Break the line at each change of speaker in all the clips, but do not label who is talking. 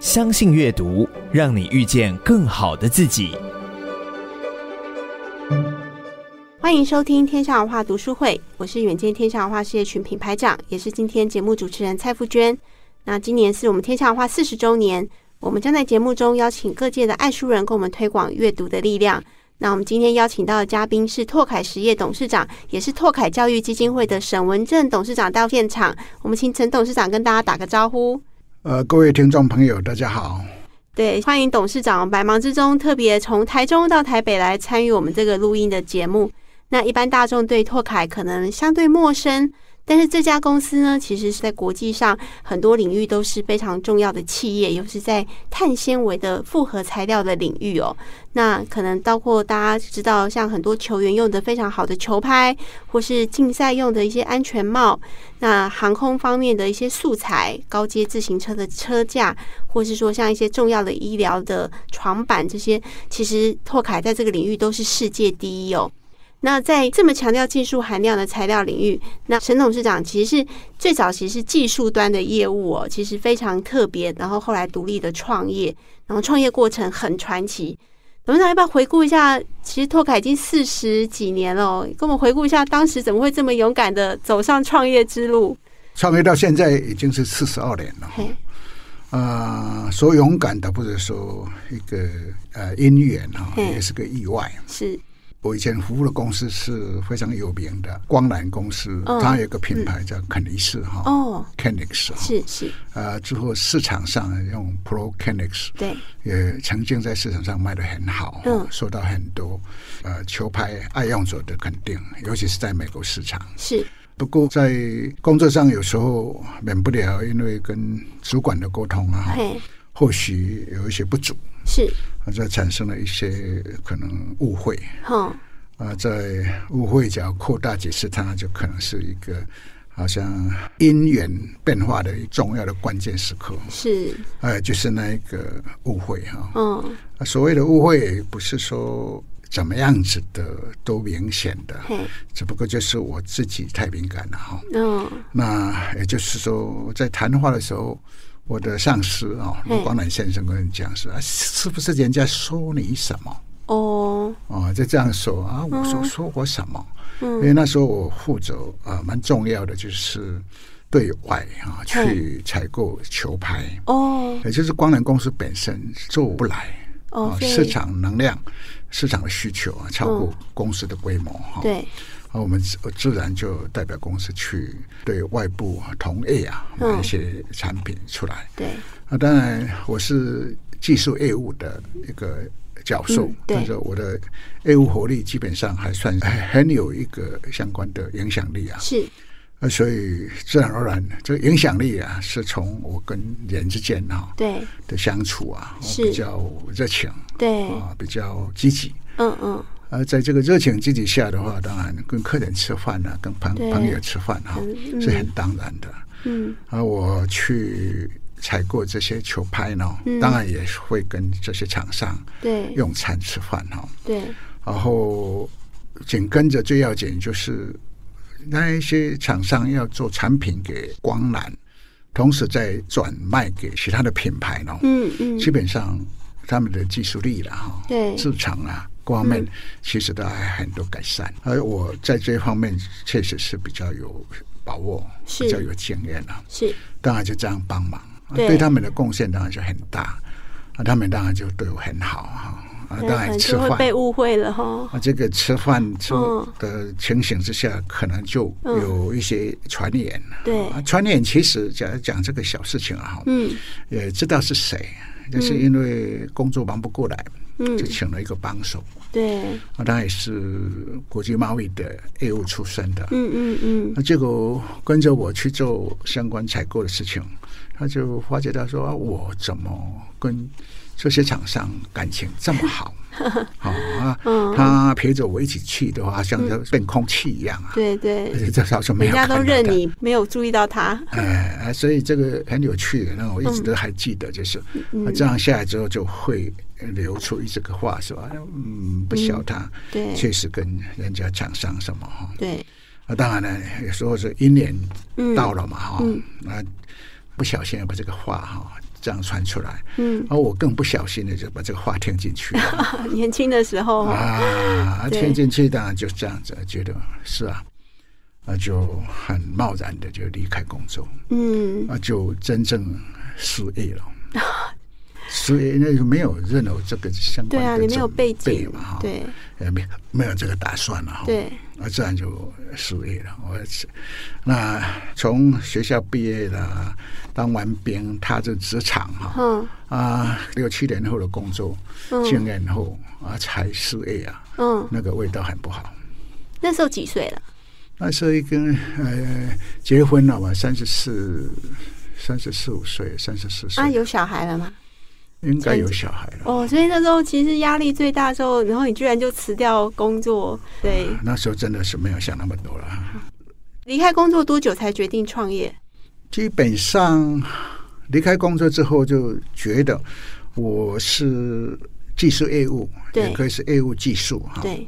相信阅读，让你遇见更好的自己。
欢迎收听《天下文化读书会》，我是远见天下文化事业群品牌长，也是今天节目主持人蔡富娟。那今年是我们天下文化四十周年，我们将在节目中邀请各界的爱书人，跟我们推广阅读的力量。那我们今天邀请到的嘉宾是拓凯实业董事长，也是拓凯教育基金会的沈文正董事长到现场。我们请陈董事长跟大家打个招呼。
呃，各位听众朋友，大家好。
对，欢迎董事长百忙之中特别从台中到台北来参与我们这个录音的节目。那一般大众对拓凯可能相对陌生，但是这家公司呢，其实是在国际上很多领域都是非常重要的企业，尤其是在碳纤维的复合材料的领域哦。那可能包括大家知道，像很多球员用的非常好的球拍，或是竞赛用的一些安全帽，那航空方面的一些素材，高阶自行车的车架，或是说像一些重要的医疗的床板这些，其实拓凯在这个领域都是世界第一哦。那在这么强调技术含量的材料领域，那沈董事长其实是最早其实是技术端的业务哦，其实非常特别，然后后来独立的创业，然后创业过程很传奇。董事长要不要回顾一下？其实拓凯已经四十几年了、哦，跟我们回顾一下当时怎么会这么勇敢的走上创业之路？
创业到现在已经是四十二年了。
嘿，
呃，说勇敢的，或者说一个呃因缘哈，
嗯
也是个意外。
是
我以前服务的公司是非常有名的光缆公司，
嗯
它有一个品牌叫肯尼斯哈
哦，
，Kenix 哈。
是是，
呃，之后市场上用 Pro Kenix
对，
也曾经在市场上卖的很好，哦
嗯
受到很多呃球拍爱用者的肯定，尤其是在美国市场。
是
不过在工作上有时候免不了，因为跟主管的沟通啊，
嘿
或许有一些不足，
是，
啊这产生了一些可能误会
哼，
啊，在误会只要扩大解释它，就可能是一个好像因缘变化的重要的关键时刻，
是，
呃，就是那一个误会哈、
嗯，
啊所谓的误会，也不是说怎么样子的都明显的，
嘿，
只不过就是我自己太敏感了哈、
嗯，
那也就是说，在谈话的时候，我的上司啊，
嗯
卢光南先生跟人讲是啊，是不是人家说你什么
哦，
啊？就这样说啊，我说
嗯
说我什么？因
嗯，
为那时候我负责啊，蛮重要的就是对外啊去采购球拍，
哦，
也就是光南公司本身做不来
哦
啊，，
所以嗯
市场能量、市场的需求啊，超过公司的规模哈。
对，
啊，我们自自然就代表公司去对外部啊同业啊
嗯
买一些产品出来。
对，
那、当然，我是技术业务的一个教授，
嗯对
但是我的业务活力基本上还算很有一个相关的影响力啊。
是，
那所以自然而然，这个影响力啊，是从我跟人之间啊
对，
的相处啊，
是
我比较热情
对，
啊，比较积极。
嗯嗯，
呃，在这个热情积极下的话，当然跟客人吃饭呢、跟朋
对
朋友吃饭哈、
嗯
是很当然的。
嗯，
啊，我去采购这些球拍呢
嗯，
当然也会跟这些厂商
对，
用餐吃饭哈、
对，
然后紧跟着最要紧就是那一些厂商要做产品给光缆，同时再转卖给其他的品牌呢，
嗯嗯，
基本上他们的技术力了哈、
对，
市场啊各方
嗯
面其实都还很多改善，而我在这方面确实是比较有把握，
是
比较有经验了、
是，
当然就这样帮忙，啊
对
对他们的贡献当然就很大，啊，他们当然就对我很好哈，啊，
对，可
当然
能
吃
就会
饭。
被误会了哈，
啊，这个吃饭之后
嗯
的情形之下，可能就
嗯
有一些传言。
对，
啊，传言其实讲讲这个小事情啊，
嗯
也知道是谁，但是因为工作忙不过来，
嗯
就，请了一个帮手。
对，
啊，他也是国际贸易的业务出身的。
嗯嗯嗯，
那结果跟着我去做相关采购的事情，他就发觉到说啊，我怎么跟这些厂商感情这么 好？好啊，
嗯
他陪着我一起去的话，像这变空气一样啊。
对对
而，且这早就
嗯
没
人
有
家
看到
都认
他。
你，没有注意到他，
哎，啊所以这个很有趣的，那我一直
嗯
都还记得，就是、啊这样下来之后就会流出一这个话，是吧？嗯，不晓他。
对
确实跟人家厂商什么哈。
对，
那当然呢，有时候是一年
嗯
啊到了嘛哈，那不小心把这个话哈这样传出来，
嗯
然，后我更不小心的就把这个话听进去 了
年轻的时候，
啊，
对
听进去当然就这样子，觉得是啊，那就很贸然的就离开工作，
嗯，
啊，就真正失 业了。失业那就没有任何这个相
对
关
啊，
的
你没有
准
背
备
景
嘛哦哈，，
对
也没没有这个打算了哈，
对，
啊，自然就失业了。我是那从学校毕业了，当完兵踏入职场哈
嗯
啊，六七年后的工作经验后啊才失业啊，
嗯，
那个味道很不好。
那时候几岁了？
那时候一跟呃结婚了嘛，三十四、三十四五岁，三十四岁
啊，有小孩了吗？
应该有小孩了。
哦，所以那时候其实压力最大的时候，然后你居然就辞掉工作，对，
那时候真的是没有想那么多了，
离开工作多久才决定创业？
基本上离开工作之后就觉得我是技术业务，
对
也可以是业务技术哈。
对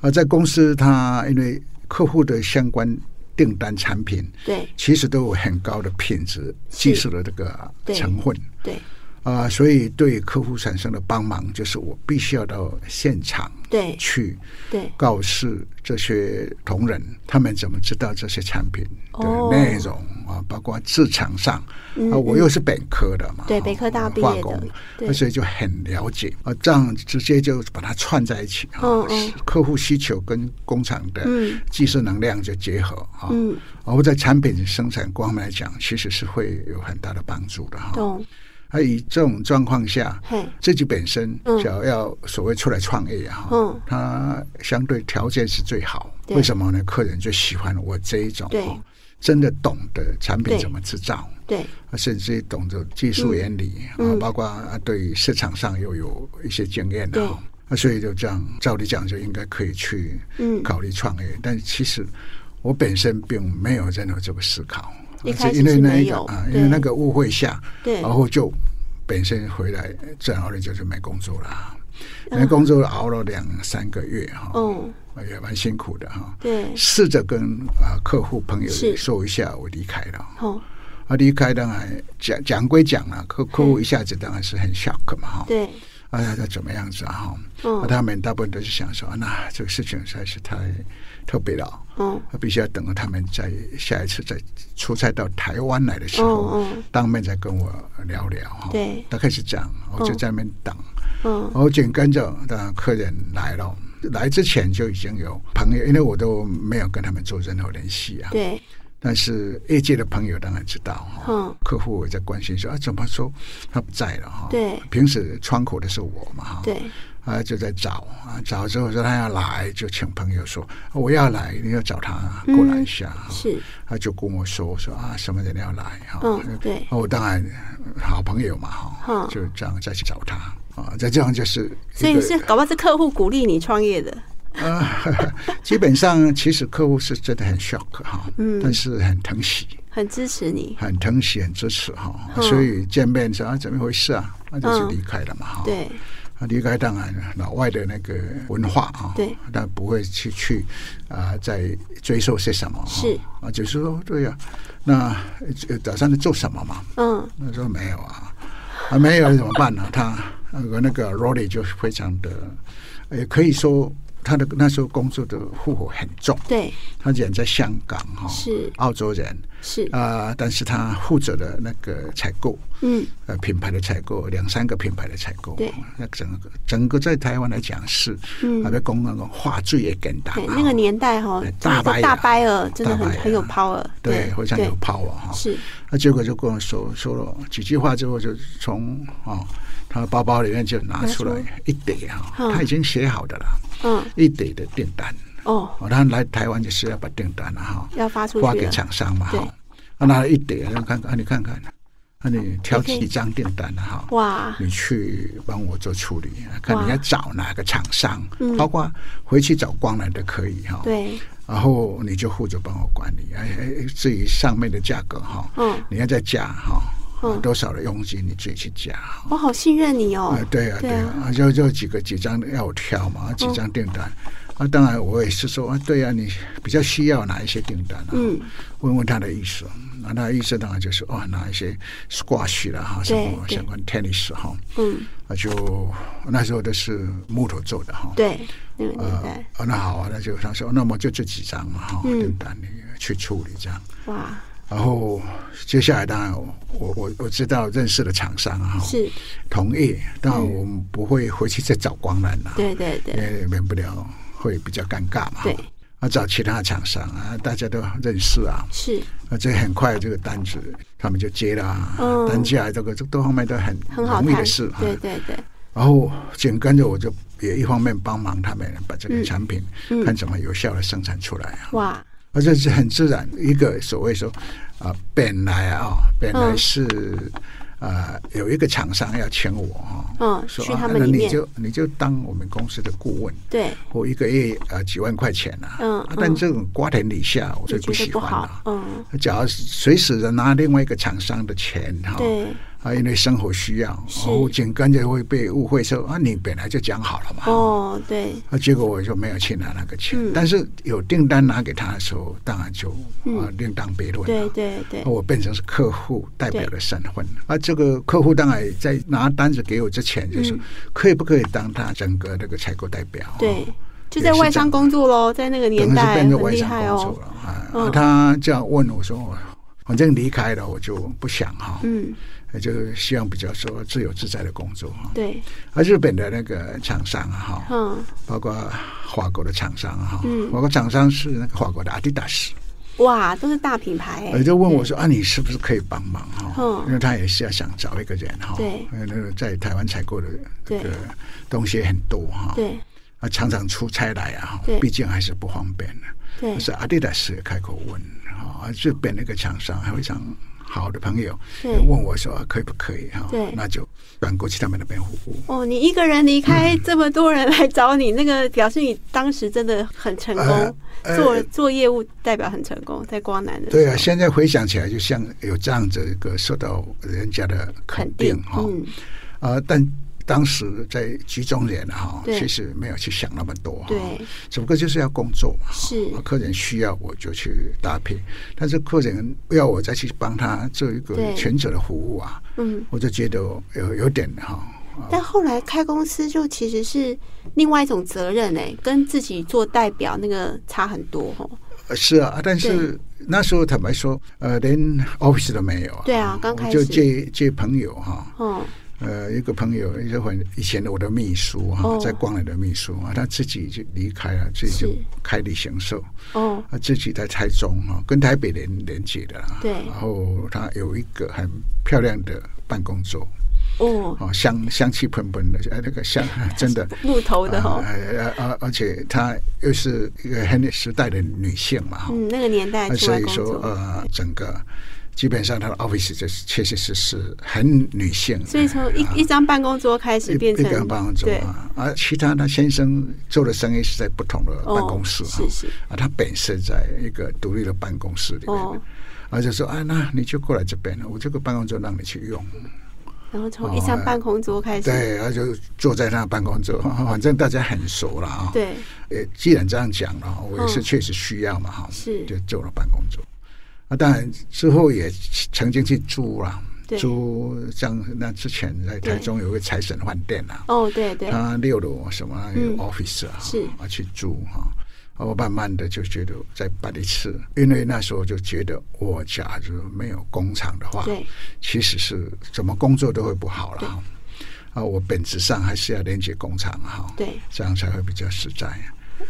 啊，在公司它因为客户的相关订单产品，
对
其实都有很高的品质技术的这个
对
成分。
对
啊、所以对客户产生的帮忙，就是我必须要到现场
对
去
对，
告示这些同仁，他们怎么知道这些产品的
哦
内容、啊，包括市场上、
嗯
啊，我又是本科的嘛，
对
啊
北科大
我
毕业的
化工
对
啊所以就很了解啊，这样直接就把它串在一起啊，
嗯嗯
客户需求跟工厂的
嗯
技术能量就结合啊，
嗯，
然后在产品生产方面来讲，其实是会有很大的帮助的哈。
懂，
啊，以这种状况下，
嘿，
自己本身
嗯
想要所谓出来创业哈、
嗯
他相对条件是最好。
对
为什么呢？客人就喜欢我这一种
对
哦，真的懂得产
对
品怎么制造，
对
啊甚至于懂得技术原理、
嗯
啊，包括啊对市场上又有一些经验的、
对
哦。啊，所以就这样，照理讲就应该可以去
嗯
考虑创业，但其实我本身并没有任何这个思考，
一
而
开
是
始
因为
是
那
没
一个
有
啊，
对
因为那个误会下，
对
然后就本身回来，自然而然就是没工作了。没工作熬了两三个月哈，
嗯，
也蛮辛苦的哈。
对，
试着跟啊客户朋友
是
说一下，我离开了。
哦，
啊，离开当然讲讲归讲了，客客户一下子当然是很 shock 嘛哈。
对，
啊，他怎么样子啊哈？啊
嗯
他们大部分都是想说，啊那这个事情实在是太特别了，
嗯
必须要等到他们在下一次再出差到台湾来的时候，
嗯嗯，
当面再跟我聊聊哈。
对，
大概是这样，我就
嗯
在那边等，
嗯
然后紧跟着的客人来了。来之前就已经有朋友，因为我都没有跟他们做任何联系啊。
对，
但是业界的朋友当然知道哈、
嗯
客户也在关心说啊，怎么说他不在了哈、
对
平时窗口的是我嘛哈、
对，
啊，就在找啊，找之后说他要来，就请朋友说啊我要来，你要找他过
嗯
来一下。
是，
他就跟我说说啊，什么人要来哈、
嗯对
啊我当然好朋友嘛哈、
嗯
就这样再去找他啊，再这样就是一
所以
个
是搞不好是客户鼓励你创业的，
啊， 基本上其实客户是真的很 shock 哈、
嗯
但是很疼惜。
很支持你，
很疼惜，很支持哈、
嗯
所以见面说啊，怎么回事啊？那、就
嗯
是离开了嘛哈。
对
啊，离开当然老外的那个文化啊，
对，
但不会去去啊，在追溯些什么哈。
是
啊，就是说对呀、那呃打算做什么嘛？
嗯
他说没有啊，啊没有怎么办呢、他那个那个 Rory 就非常的，呃也可以说他的那时候工作的负荷很重，
对
他人在香港哈、
是
澳洲人。
是，
啊、但是他负责的那个采购，
嗯
呃，品牌的采购，两三个品牌的采购，
对，
那整个整个在台湾来讲是，
嗯
啊，被公那个话最也简单
对，
啊，
那个年代哈、
哎
真的
大
是
掰
大
啊
掰了，真的
大
很
掰啊
很有 power，
对，非常有
对
power 哈。
是，
那结果就跟我说说了几句话之后，就从啊、哦、他包包里面就拿出来
拿出
一叠哈、
嗯
他已经写好的了，
嗯，
一叠的订单，
哦，
哦，他来台湾就是要把订单了哈、
要发出
发
去
给
了，
厂商嘛
对
哈，啊，拿了一叠，让看看，啊你看看，啊，你挑
你可以
几张订单哈、
哇，
你去帮我做处理，啊看
哇
你要找哪个厂商
嗯，
包括回去找光南的可以哈。。哦
对，
然后你就负责帮我管理，哎哎，至于上面的价格哦哈，
嗯，
你要再加哈啊
嗯，
多少的佣金你自己去加。哈
我好信任你哦
啊，，对啊，
对
对
啊嗯
啊，就就几个几张要我挑嘛，几张订单，啊，当然我也是说啊，对啊，你比较需要哪一些订单啊？
嗯，
问问他的意思。那、啊、他的意思当然就是哦，哪一些 squash 啦哈，什
对
么
对
相关 tennis 哈，
嗯，
啊就那时候都是木头做的哈。。
对，那个年
呃
代，，
哦那好啊，那就他说，那么就这几张嘛哈，
嗯
订单你去处理这样。
哇，
然后接下来当然我我我我知道认识的厂商啊，哈
是
同业，当然
嗯
我们不会回去再找光南了、啊，
对对对
也免不了会比较尴尬嘛。
对，
啊，找其他厂商啊，大家都认识啊，
是，
啊，这很快这个单子他们就接了、啊，
嗯
单价这个这各方面都很
很好
容易
看
的事，啊。
对对对，
然后紧跟着我就也一方面帮忙他们把这
嗯
个产品
嗯
看怎么有效的生产出来啊。
哇，
而这是很自然，一个所谓说啊，本来啊，本来
嗯
是。啊，有一个厂商要请我哈，
嗯
说
去
啊
他们
那
里
你
面
就你就当我们公司的顾问，
对，
我一个月啊几万块钱啊，
嗯
啊
嗯
但这种瓜田李下我
就
最
觉得
喜
不
欢
好
了，。啊
嗯，
假如随时的拿另外一个厂商的钱哈，
对，
啊，因为生活需要，
是
然后紧跟着会被误会说啊，你本来就讲好了嘛，
哦，对，
啊，结果我就没有去拿那个钱，
嗯
但是有订单拿给他的时候，当然就
嗯
啊另当别论
对
了。
对对
啊，我变成是客户代表
对
的身份，啊，这个客户当然在拿单子给我之前，就是可以不可以当他整个那个采购代表？
嗯对
哦，，
就在外商工作喽，在那个
等
年
于是
代
变成
很
外
厉
商
害
工作
哦。
了啊。
嗯
啊他这样问我说，哦反正离开了我就不想哈，
嗯，
就希望比较说自由自在的工作哈。
对，
而日本的那个厂商啊哈，
嗯，
包括法国的厂商哈，
嗯
法国厂商是那个法国的阿迪达斯，
哇，都是大品牌
我
哎，
就问我说啊，你是不是可以帮忙
嗯
哈？因为他也是要想找一个人哈，
对
因为那个在台湾采购的这
对
个东西很多哈，
对
啊，常常出差来啊
对，
毕竟还是不方便的。
对
但，是阿迪达斯也开口问啊，日本那个厂商还非常好的朋友
对
问我说啊可以不可以哈
对，
那就转过去他们那边服务。
哦，你一个人离开这么多人来找你，那个表示你当时真的很成功，
呃呃
做做业务代表很成功，在光南的
对
时
啊，
候
现在回想起来，就像有这样子一个受到人家的肯
肯
定
定，
哈。
嗯，
啊，但当时在局中人哈，
对
其实没有去想那么多哈，
对，
只不过就是要工作嘛，
是
啊客人需要我就去搭配，但是客人要我再去帮他做一个
对
全责的服务啊，
嗯。
我就觉得有有点哈。啊
但后来开公司就其实是另外一种责任哎、跟自己做代表那个差很多哦。
呃是啊，但是那时候坦白说，呃，连 office 都没有啊。
对啊刚开始
我就借借朋友哈、
嗯，
呃，一个朋友，一个很以前的我的秘书哈、
哦
在光磊的秘书啊，他自己就离开了，自己
是
就开旅行社，
哦，
他自己在台中啊，跟台北连连接的啦。
对
然后他有一个很漂亮的办公桌，
哦，
哦，香香气喷喷的，哎，那个 香真的。
木头的哦
啊，呃而、而且她又是一个很有时代的女性嘛，哈、
嗯，那个年代
那
出
所
来
以
工
说
作，
呃，整个基本上他的 office 就是确确实实很女性的，
所以从一
啊
一张办公桌开
一
始变成
一个人办公桌
对
啊，而其他他先生做的生意是在不同的
哦
办公室哈
是是
啊，他本身在一个独立的办公室里面
哦，
而且说啊，那你就过来这边了，我这个办公桌让你去用，
然后从一张办公桌开始，
对，然后就坐在他的办公桌，反正大家很熟了啊，
对，
呃，既然这样讲了，我也是
嗯
确实需要嘛哈，
是
就做了办公桌。啊，当然之后也曾经去租啦
对，
租像那之前在台中有个财神饭店啊，
哦，对对，
他六楼什么有
嗯
office 啊，
是
啊去租哈。啊我慢慢的就觉得再办一次，因为那时候就觉得我假如没有工厂的话，
对，
其实是怎么工作都会不好了哈。啊，我本质上还是要连接工厂哈，
对，
这样才会比较实在。啊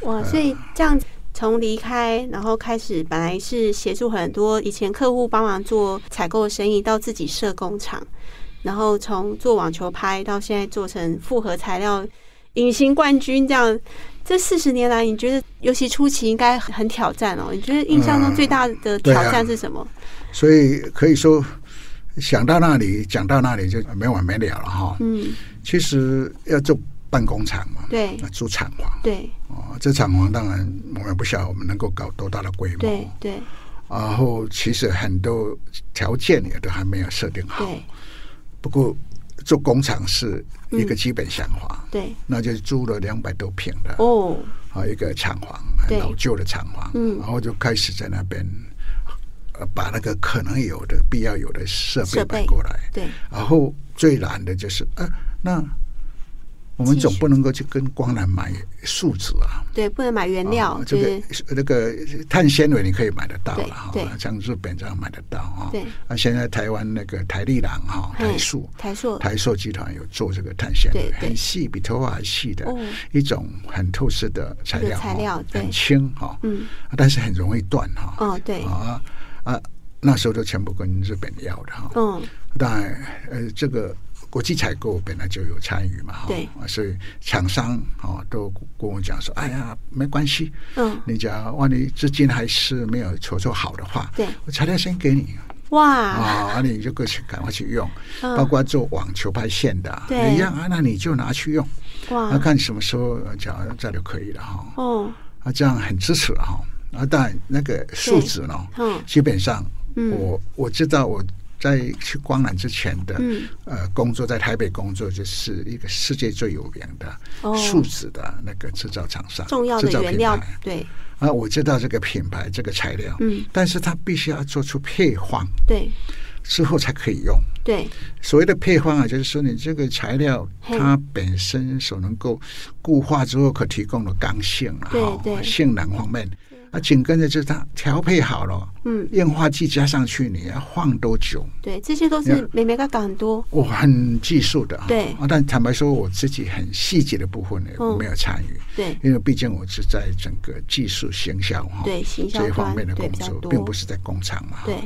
哇，所以这样从离开，然后开始本来是协助很多以前客户帮忙做采购的生意，到自己设工厂，然后从做网球拍到现在做成复合材料隐形冠军这样。这四十年来，你觉得尤其初期应该很很挑战哦？你觉得印象中最大的挑
嗯对啊
战是什么？
所以可以说，想到那里，讲到那里就没完没了了哈。
嗯，
其实要做办公厂嘛，
对
那租厂房
对
哦，这厂房当然我们不晓得我们能够搞多大的规
对
模，
对
然后其实很多条件也都还没有设定好。
对
不过做工厂是一个基本想法，
对，
那就租了两百多平的
嗯哦，
啊一个厂房，
对
老旧的厂房，
嗯
然后就开始在那边呃把那个可能有的必要有的设备
设备
搬过来，
对，
然后最难的就是啊，那我们
技
总
术
不能够去跟光南买树脂啊，
对，不能买原料，
啊
就
这
是
个那个碳纤维你可以买得到了
对
哈
对，
像日本这样买得到啊。
对
啊，现在台湾那个台力郎哈，
嘿
台塑。
台塑，
台塑集团有做这个碳纤
对
维，
对
很细，比头发还细的
哦
一种很透视的材
一
料
个材
哈，
料对
很轻哈，啊
嗯，
但是很容易断哈。
哦对
啊啊，那时候都全部跟日本要的哈。
嗯，
当然，呃，这个国际采购本来就有参与嘛，哈
对
啊所以厂商哦都跟我讲说，哎呀，没关系，
嗯
你讲万一资金还是没有筹措好的话，
对
我材料先给你
哇，
啊，你就过去赶快去用，
嗯
包括做网球拍线的啊，
对啊
一样啊，那你就拿去用，那
哇，
看什么时候呃讲这就可以了哈，
哦，
啊，这样很支持哈。啊，但那个数值呢？
嗯
基本上
嗯
我我知道我在去光南之前的、
嗯
呃工作，在台北工作就是一个世界最有名的
哦
树脂的那个制造厂商，
重要
制
的
造
原
品
料
牌，
对
啊，我知道这个品牌这个材料，
嗯，
但是它必须要做出配方
对
之后才可以用。
对，
所谓的配方啊，就是说你这个材料
嘿
它本身所能够固化之后可提供的刚性啊，
对
哈
对
性能方面，啊，紧跟着就是它调配好了，
嗯，
硬化剂加上去，你要放多久？
对，这些都是美美嘎嘎很多，
我很技术的啊，
对
啊，但坦白说，我自己很细节的部分呢
嗯，
没有参与，
对
因为毕竟我是在整个技术行销哈，
对行销
这一方
端
面的
对
工
比较
作，
多
并不是在工厂嘛，哈
对，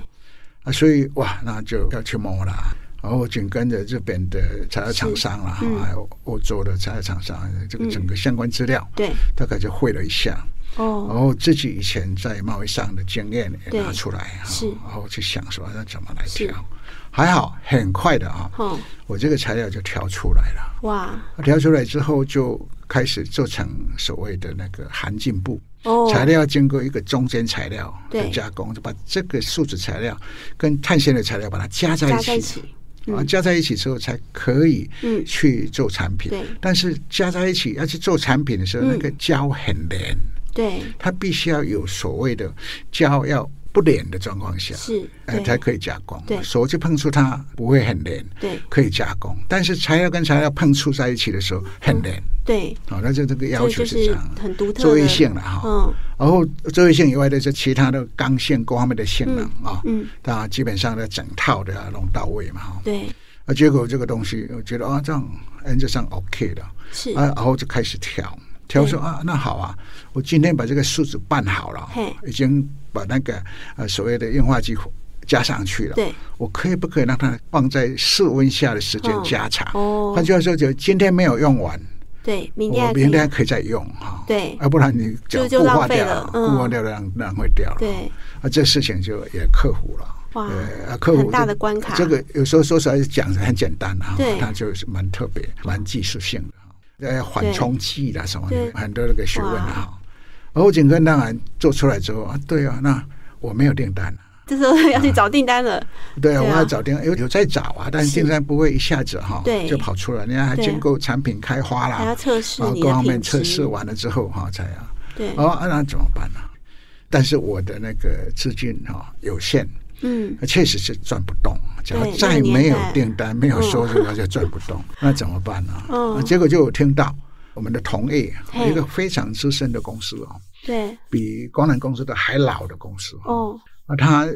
啊，所以哇，那就要去摸啦。然后紧跟着日本的材料厂商啦，
嗯
还有欧洲的材料厂商，这个
嗯
整个相关资料，
对
大概就会了一下。然
哦，
后自己以前在贸易上的经验也
对
拿出来，
是
然后去想说那怎么来
是
调。还好，很快的啊，
哼
我这个材料就调出来了。
哇
调出来之后，就开始做成所谓的那个含进布。
哦，
材料经过一个中间材料的
对
加工，就把这个树脂材料跟碳纤维材料把它加在
加
一
在一
起，
起，
啊，加在一起之后才可以
嗯
去做产品
对。
但是加在一起要去做产品的时候，
嗯
那个胶很黏，
对
它必须要有所谓的胶要不黏的状况下，
是，
呃，
对
才可以加工
对。
手去碰触它不会很黏，
对
可以加工。但是材料跟材料碰触在一起的时候很黏，
对，
好，那就这个
这
要求
嗯就是
这
是
样。
很独特
作业
的，
性了哈，
嗯
然后这一性以外的是其他的刚性各方面的性能啊，
嗯，
那、基本上呢整套的要弄到位嘛哈。
对
啊，结果这个东西我觉得啊，这样原则上 OK 的，
是，
啊，然后就开始调，调
嗯
说啊，那好啊，我今天把这个数值办好了
嘿，
已经把那个呃所谓的硬化剂加上去了，
对，
我可以不可以让它放在室温下的时间
嗯
加长？
哦
换句话说，就今天没有用完，
对，明天
我
还可以
明天还啊可以再用哈。
对
要不然你就
就就
固化
浪费
掉
了嗯
固化掉浪浪费掉了。
对，
啊，这事情就也克服了。
哇
呃，克服
很大
这
的关卡
这个有时候说出来讲得很简单哈
对，
它就是蛮特别、蛮技术性的哈。呃，缓
对
冲器啦什么
对
的，很多那个学问啊哦
哇
哈。而后景根当然做出来之后啊，对啊，那我没有订单啊，
这时候要去找订单了，
对
对
啊，
啊
我要找订单，有有在找啊，但是
是
订单不会一下子哈
对
就跑出来，人家还
对啊
经过产品开发啦，
还要测试
啊，
你
各
的
方面
品
测
质，
试完了之后哈、才啊，
对，
哦，啊那怎么办呢、但是我的那个资金哈、有限，
嗯，
确实是赚不动。只要
对
再
那个
没
年
有
代
订单、没有收入，那就赚不 动。那怎么办呢、
嗯
啊结果就有听到我们的同业
嘿
一个非常资深的公司哦，
对，
比光南公司的还老的公司哦，
哦，
那、他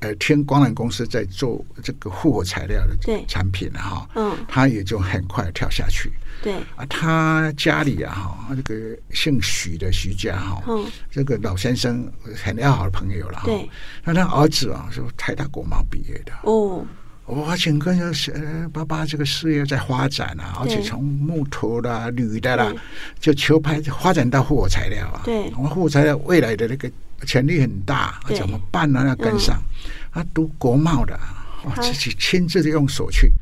呃听光南公司在做这个复合材料的
对
产品啊哈、
嗯，
他也就很快跳下去。
对，
啊，他家里啊哈，那个姓许的徐家哈、
嗯
这个老先生很要好的朋友了哈、
对
那他儿子啊，是台大国贸毕业的，
哦，
我请跟着是呃爸爸这个事业在发展啊，而
对
且从木头啦、铝的啦
对，
就球拍发展到复合材料啊。
对
我们复合材料未来的那个潜力很大，啊
对嗯
怎么办呢？要跟上。他啊读国贸的啊，我
他
自己亲自用手去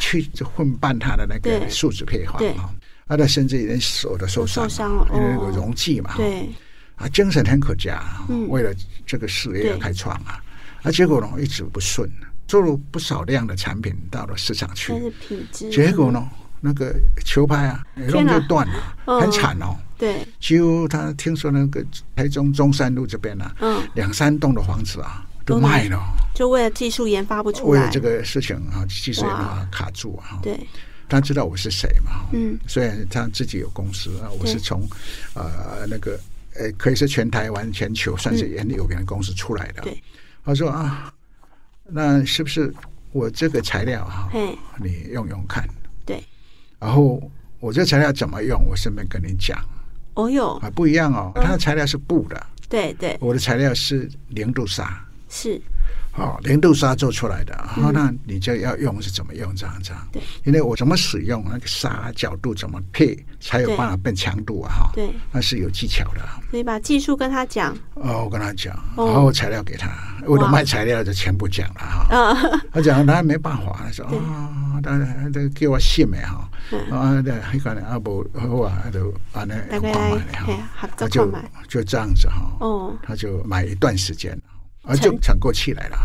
去混办他的那
对
个树脂配方
对
啊。他的甚至连手都受伤，啊
受伤了
因为
哦
有溶剂嘛。
对，
啊，精神很可嘉，啊
嗯
为了这个事业
对
要开创啊，啊，结果呢一直不顺，做了不少量的产品到了市场去
但，是品质，嗯
结果呢，那个球拍啊也弄
天哪
就断了，
嗯
很惨哦。
对，
几乎他听说那个台中中山路这边啊，
嗯，
两三栋的房子啊都
都
卖了，
就为了技术研发不出
为
来，
了这个事情啊，技术啊卡住啊。
对，
他知道我是谁嘛？
嗯，
虽然他自己有公司啊，我
对
是从呃那个呃可以是全台湾、全球算是很有名的公司出来的。
对，
他说啊，那是不是我这个材料啊，
嘿，
你用用看？
对，
然后我这材料怎么用，我顺便跟你讲
哦哟，
啊，不一样哦。
嗯
他的材料是布的，
对对
我的材料是零度砂。
是，
哦，零度砂做出来的，哦，那你就要用是怎么用这样子啊？
嗯对，
因为我怎么使用那个砂角度怎么配，才有办法变强度啊？哈，
对，
那是有技巧的。啊
所以把技术跟他讲，
哦，我跟他讲，
哦
然后材料给他，为了
哇
卖材料就全部讲了哈。
啊，
他讲他没办法，他说
对
啊，他他他叫我信的哈
嗯，
啊，那迄个啊无好啊，就安尼
大概
帮
来
忙的
嘿
哈，
合作
他
看
就
买，
就这样子哈，
哦，
他就买一段时间，啊，就
成
喘过气来了。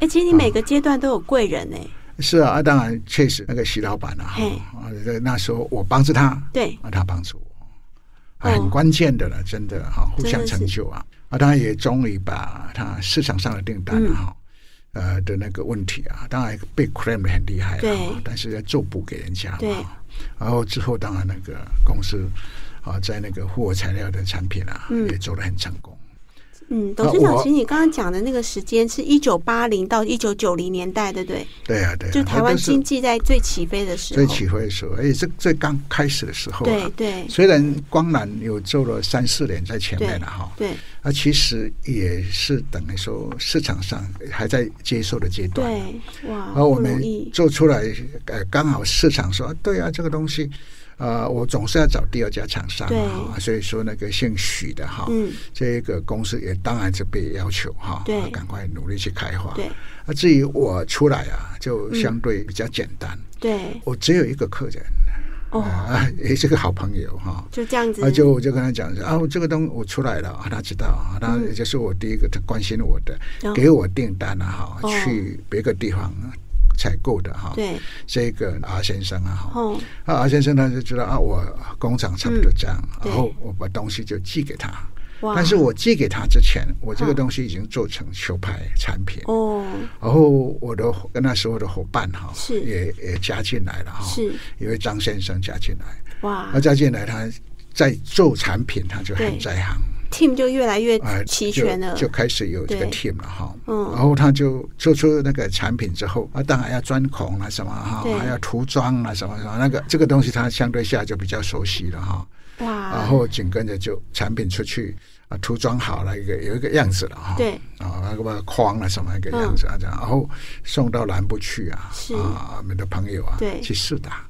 哎，其实
啊
你每个阶段都有贵人呢，
是啊，啊当然确实那个徐老板啊，
嘿
啊这那时候我帮助他，
对，
啊他帮助我，
哦
啊很关键的了，真的哈、互
真的
相
是
成就啊，啊他也终于把他市场上的订单啊
嗯
哈、呃的那个问题啊，当然被 claim 的很厉害了
对
哈，但是要做补给人家嘛
对，
然后之后当然那个公司啊在那个复合材料的产品啊、
嗯
也做得很成功。
嗯，董事长，
我
其实你刚刚讲的那个时间是一九八零到一九九零年代，对不对？
对啊，对啊，
就台湾
那都是
经济在最起飞的时候，
最起飞的时候，而且是最刚开始的时候、啊，
对对
虽然光南有做了三四年在前面了哈，
对
啊，其实也是等于说市场上还在接受的阶段。
对，哇，
然后我
不容
们
易，
做出来，呃，刚好市场说，啊对啊，这个东西，呃，我总是要找第二家厂商
对
啊，所以说那个姓许的哈，
嗯，
这个公司也当然是被要求哈，
对
啊赶快努力去开发。
对嗯
啊，至于我出来啊，就相对比较简单，
对，
我只有一个客人，
哦，
啊， 也是个好朋友哈，
就这样子
啊，，就我就跟他讲说啊，我这个东西我出来了啊，他知道啊，他
嗯
就是我第一个他关心我的，
然后
给我订单了哈，
哦
去别个地方采购的哈。
对，
这个阿先生啊哈，
哦，
啊阿先生他就知道啊，我工厂差不多这样，
嗯对
然后我把东西就寄给他。
哇，
但是我寄给他之前，我这个
嗯
东西已经做成球拍产品，
哦，
然后我的跟那时候的伙伴哈，
是
也也加进来了哈，
是
因为张先生加进来，
哇
那加进来他在做产品，他就很
对
在行。
，team 就越来越
啊，
齐
就
全了，
就开始有这个
对
team 了哈。
嗯
然后他就做出那个产品之后，啊，当然要钻孔了什么哈
对，
还要涂装啊什么什么，那个这个东西他相对下就比较熟悉了哈。然
哇，
后紧跟着就产品出去啊，涂装好了一个有一个样子了哈。
对。嗯
啊，那个框了什么一个样子啊，这样，然后送到南部去啊，
是
啊，我们的朋友啊，
对
去试打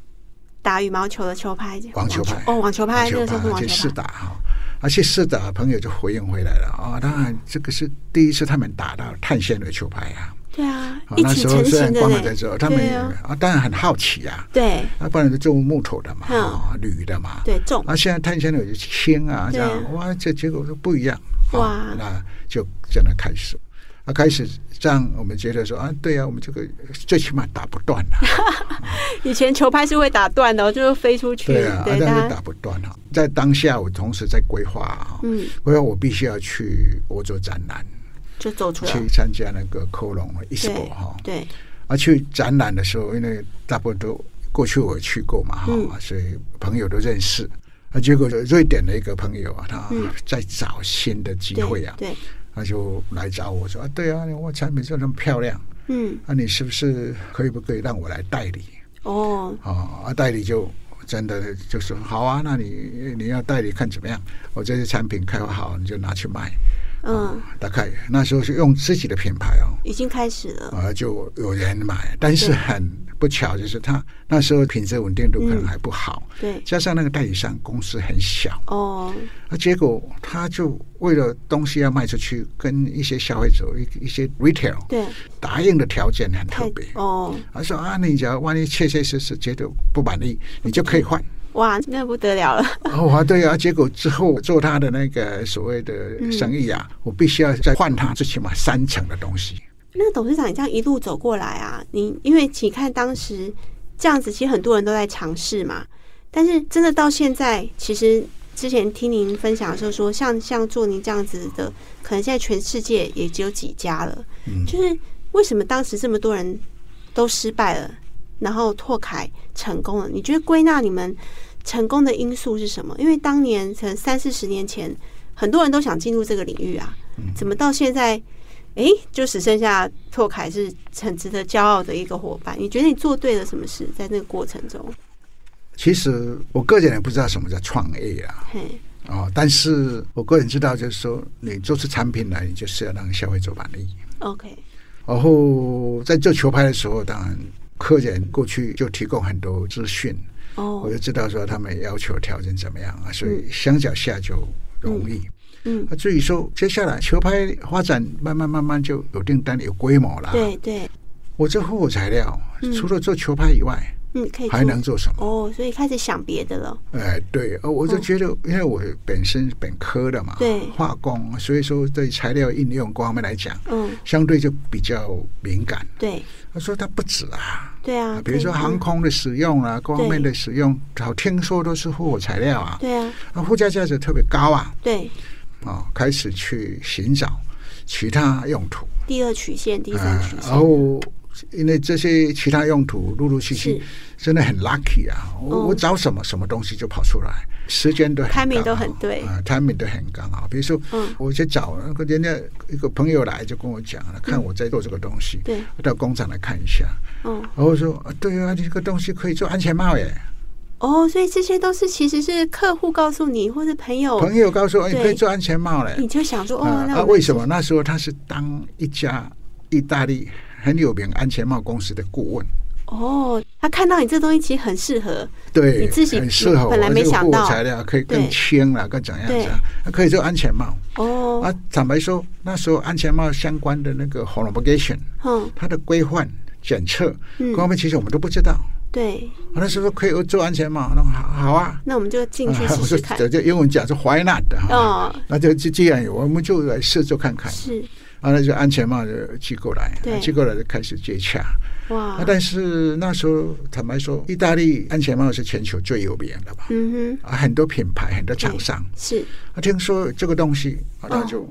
打羽毛球的球拍，
网球啊拍，
哦，网球拍，那
就
个时候是
把
网
去
球
试
拍，
打哈。啊而且试打朋友就回应回来了啊、当然这个是第一次他们打到碳纤维球拍啊，
对啊
啊，
一
那
起
时候
成
虽
型
然
的
光南在
呢
做，，他们
对
也
啊，
啊当然很好奇啊，
对
啊不然就做木头的嘛，
嗯
啊铝的嘛，
对重，
啊现在碳纤维就轻啊，这
对啊
样哇这结果就不一样，啊
哇
那就真的开始。啊，开始这样，我们觉得说啊，对啊，我们这个最起码打不断啊，
以前球拍是会打断的哦，就是飞出去，
对啊，啊
对，
但是
大家，
打不断啊。在当下，我同时在规划啊，
嗯，
因为我必须要去欧洲展览，
就走出来
去，参加那个科隆的 ISPO
啊对
哈。
对，
啊，去展览的时候，因为大部分都过去我去过嘛哈、
嗯
所以朋友都认识。啊，结果瑞典的一个朋友啊，他
嗯
在找新的机会
对
啊，
对，
他就来找我说啊，对啊，我产品做得那么漂亮，
嗯，
啊，你是不是可以不可以让我来代理？
哦，
啊，啊，代理就真的就说好啊，那你你要代理看怎么样？我这些产品开发好，你就拿去卖。
嗯，
大概那时候是用自己的品牌哦，
已经开始了，
啊，就有人买，但是
对
很不巧，就是他那时候品质稳定度可能
嗯
还不好，
对，
加上那个代理商公司很小，
哦，
啊，结果他就为了东西要卖出去，跟一些消费者一一些 retail
对，
答应的条件很
太
特别。
哦，
他说啊，你只要万一切切实实觉得不满意，你就可以换。
哇，那不得了了，
哦，啊，对啊，结果之后做他的那个所谓的生意啊，我必须要再换他最起码三成的东西。
那董事长，你这样一路走过来啊，你因为你看当时这样子，其实很多人都在尝试嘛，但是真的到现在，其实之前听您分享的时候说，像像做您这样子的，可能现在全世界也只有几家了。
嗯
就是为什么当时这么多人都失败了，然后拓凯成功了？你觉得归纳你们成功的因素是什么？因为当年可能三四十年前，很多人都想进入这个领域啊，怎么到现在，诶，就只剩下拓凯是很值得骄傲的一个伙伴？你觉得你做对了什么事？在那个过程中，
其实我个人也不知道什么叫创业啊，
嘿，
哦，但是我个人知道，就是说你做出产品来，你就是要让消费者满意。
OK，
然后在做球拍的时候，当然客人过去就提供很多资讯，
哦
我，就知道说他们要求条件怎么样啊，所以相较下就容易。
嗯，
啊，至于说接下来球拍发展，慢慢慢慢就有订单、有规模了。
对对，
我这后材料
嗯
除了做球拍以外，
嗯，可以
还
做
能做什么？
哦，所以开始想别的了，
哎，对，呃我就
嗯
觉得，因为我本身是本科的嘛，
对
化工，所以说对材料应用各方面来讲，
嗯，
相对就比较敏感。
对
他说它不止啊，
对啊
啊，比如说
可以
航，空的使用啊，各方面的使用，好听说都是复合材料啊，
对啊，
啊，附加价值特别高啊，
对，
啊，开始去寻找其他用途，
第二曲线、第三
啊
曲，线，
然后。因为这些其他用途陆陆续续
是
真的很 lucky 啊！
哦
我我找什么什么东西就跑出来，时间都很
timing
刚
都
好
很对
啊，timing 都很刚啊好。比如说
嗯，
我去找那个人家一个朋友来就跟我讲了，看我在做这个东西，
对，
到工厂来看一下，
嗯，
然后说啊对啊，你这个东西可以做安全帽耶。
哦，所以这些都是其实是客户告诉你，或是朋友，
朋友告诉我，哎你
哦对
可以做安全帽嘞。
你就想说，哦，
啊
那
啊，
我
为什么那时候他是当一家意大利很有名安全帽公司的顾问？
哦，他看到你这东西其实很适合，
对，
你自己
很适合我
本来没
这个
想
布
到
材料可以更
对
轻了，更怎样
对
子啊？啊可以做安全帽
哦，
啊。坦白说，那时候安全帽相关的那个 homologation，
嗯，
它的规范、检测
嗯
各方面，其实我们都不知道。
对，
我那时候说可以做安全帽，那好好啊，
那我们就进去
啊
试
我
试
说
看，
这英文讲是 why not 的哈、
哦
那就就既然有，我们就来试做看看。
是
啊，那就安全帽就寄过来
对，哦
寄过来就开始接洽。
哇
啊，，但是那时候坦白说，意大利安全帽是全球最有名的吧？
嗯哼，
啊，很多品牌、很多厂商，
是
啊，听说这个东西，啊，那
哦
就、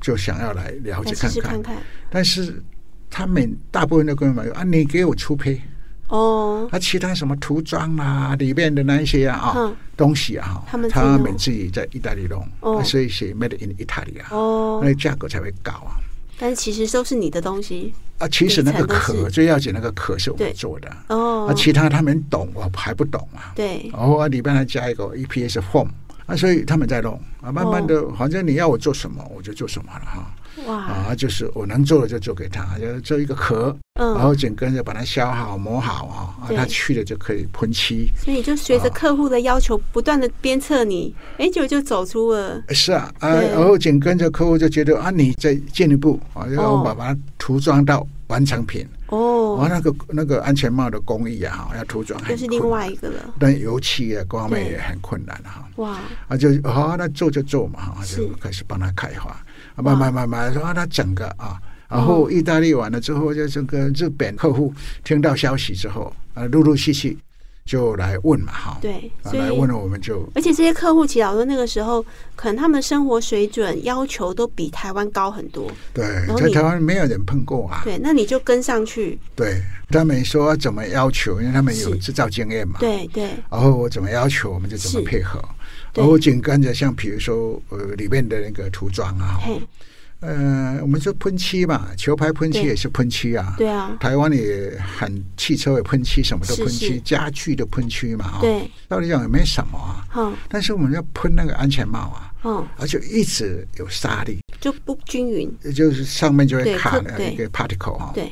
就想要来了
来
解
试
看
试
看。
看看，
但是他们大部分都跟我们说啊，你给我出配，
哦，
啊，其他什么涂装啦、里面的那一些啊、
嗯
东西啊，
他们自己弄
他们自己在意大利弄，
哦
啊所以写 Made in Italy 啊，
哦
那，价格才会高啊。
但是其实都是你的东西，
啊，其实那个
底层都
壳
是
最要紧，那个壳是我
对
们做的，
哦
啊，，其他他们懂，我还不懂啊。
对，
然后啊，里边还加一个 EPS form 啊，所以他们在弄啊，慢慢
哦
的，反正你要我做什么，我就做什么了哈。
哇，
啊，就是我能做的就做给他，啊就是做一个壳，然
嗯，
后整个就把它削好、磨好啊，啊
对，
它去了就可以喷漆。
所以你就随着
啊
客户的要求不断的鞭策你，哎，结果就走出了，
是啊，啊，
对
然后紧跟着客户就觉得啊，你再进一步啊，然后把把它涂装到完成品，
哦
啊，，那个那个安全帽的工艺啊，哈要涂装很
又是另
困难
外一个了，
但油漆啊，各方面
对
也很困难哈。
哇，
啊，就好、那做就做嘛，哈，
是
就开始帮他开花，啊慢慢慢慢说啊，他整个啊，然
哦
后意大利完了之后，就这个日本客户听到消息之后，啊，陆陆续续就来问嘛，哈，
对，
啊，
所以
来问了我们就
而且这些客户，其实老实说那个时候，可能他们的生活水准要求都比台湾高很多。
对
后，
在
你
台湾没有人碰过啊，
对，那你就跟上去。
对他们说怎么要求，因为他们有
是
制造经验嘛，
对对
然后我怎么要求，我们就怎么
是
配合。
对
然后紧跟着，像比如说，呃，里面的那个涂装啊，
嘿，
呃，我们说喷漆嘛，球拍喷漆
对
也是喷漆啊，
对啊，
台湾也很汽车也喷漆，什么都
是
喷漆，
是
家具的喷漆嘛、哦。，
对，
道理讲也没什么啊，
嗯
但是我们要喷那个安全帽啊，
嗯，
而且一直有沙粒，
就不均匀。
就是上面就会
对
卡
可
那
对
一个 particle 哈、
对，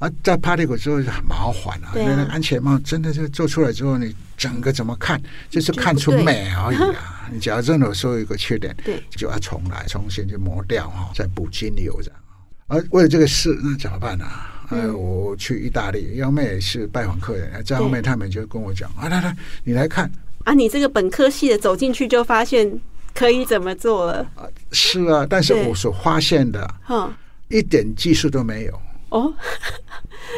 啊，在 particle 之后就很麻烦啊，
对啊
那个安全帽真的是做出来之后，你整个怎么看，就是看出
就是不对
美而已啊。 你只要任何时候有一个缺点，
对，
就要重来，重新去磨掉哈、再补金油这样。而、为了这个事，那怎么办呢、啊？
嗯
哎，我去意大利，要么也是拜访客人，啊在后面他们就跟我讲啊，来来，你来看，
啊，你这个本科系的走进去就发现可以怎么做了。
是啊，但是
对
我所发现的
哼，
一点技术都没有，
哦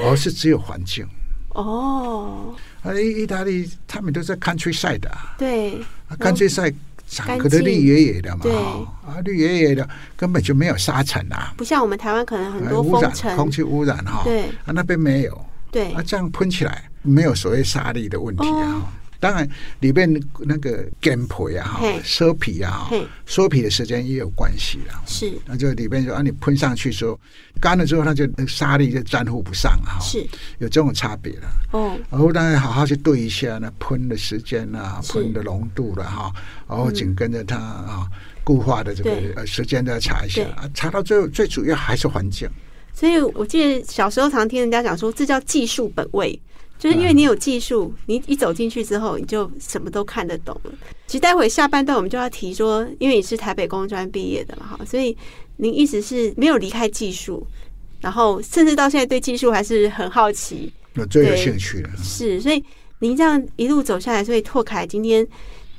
而是只有环境。
哦，
啊，意意大利他们都在 countryside 啊
对，
啊，countryside 长得的绿野野的嘛，
干净
哦啊，绿野野的根本就没有沙尘啊，
不像我们台湾可能很
啊
多
污
风
染
尘，
空气污染哈，
对
啊，那边没有，
对
啊，这样喷起来没有所谓沙粒的问题啊。
哦
当然，里面那个干皮啊
嘿、
蛇皮啊
嘿、
缩皮的时间也有关系啦。
是
那就里面就啊，你喷上去之后，干了之后，它就那个沙粒就粘附不上啊，
是
有这种差别了。
哦
然后当然好好去对一下呢，喷的时间啊，
是嗯
喷的浓度了哈，然后紧跟着它啊固化的这个
对
呃时间都要查一下
对，
啊查到最后最主要还是环境。
所以我记得小时候常听人家讲说，这叫技术本位，就是因为你有技术，你一走进去之后，你就什么都看得懂了。其实待会下半段我们就要提说，因为你是台北工专毕业的嘛，哈，所以您一直是没有离开技术，然后甚至到现在对技术还是很好奇，
我最有
对
兴趣了。
是，所以您这样一路走下来，所以拓凯今天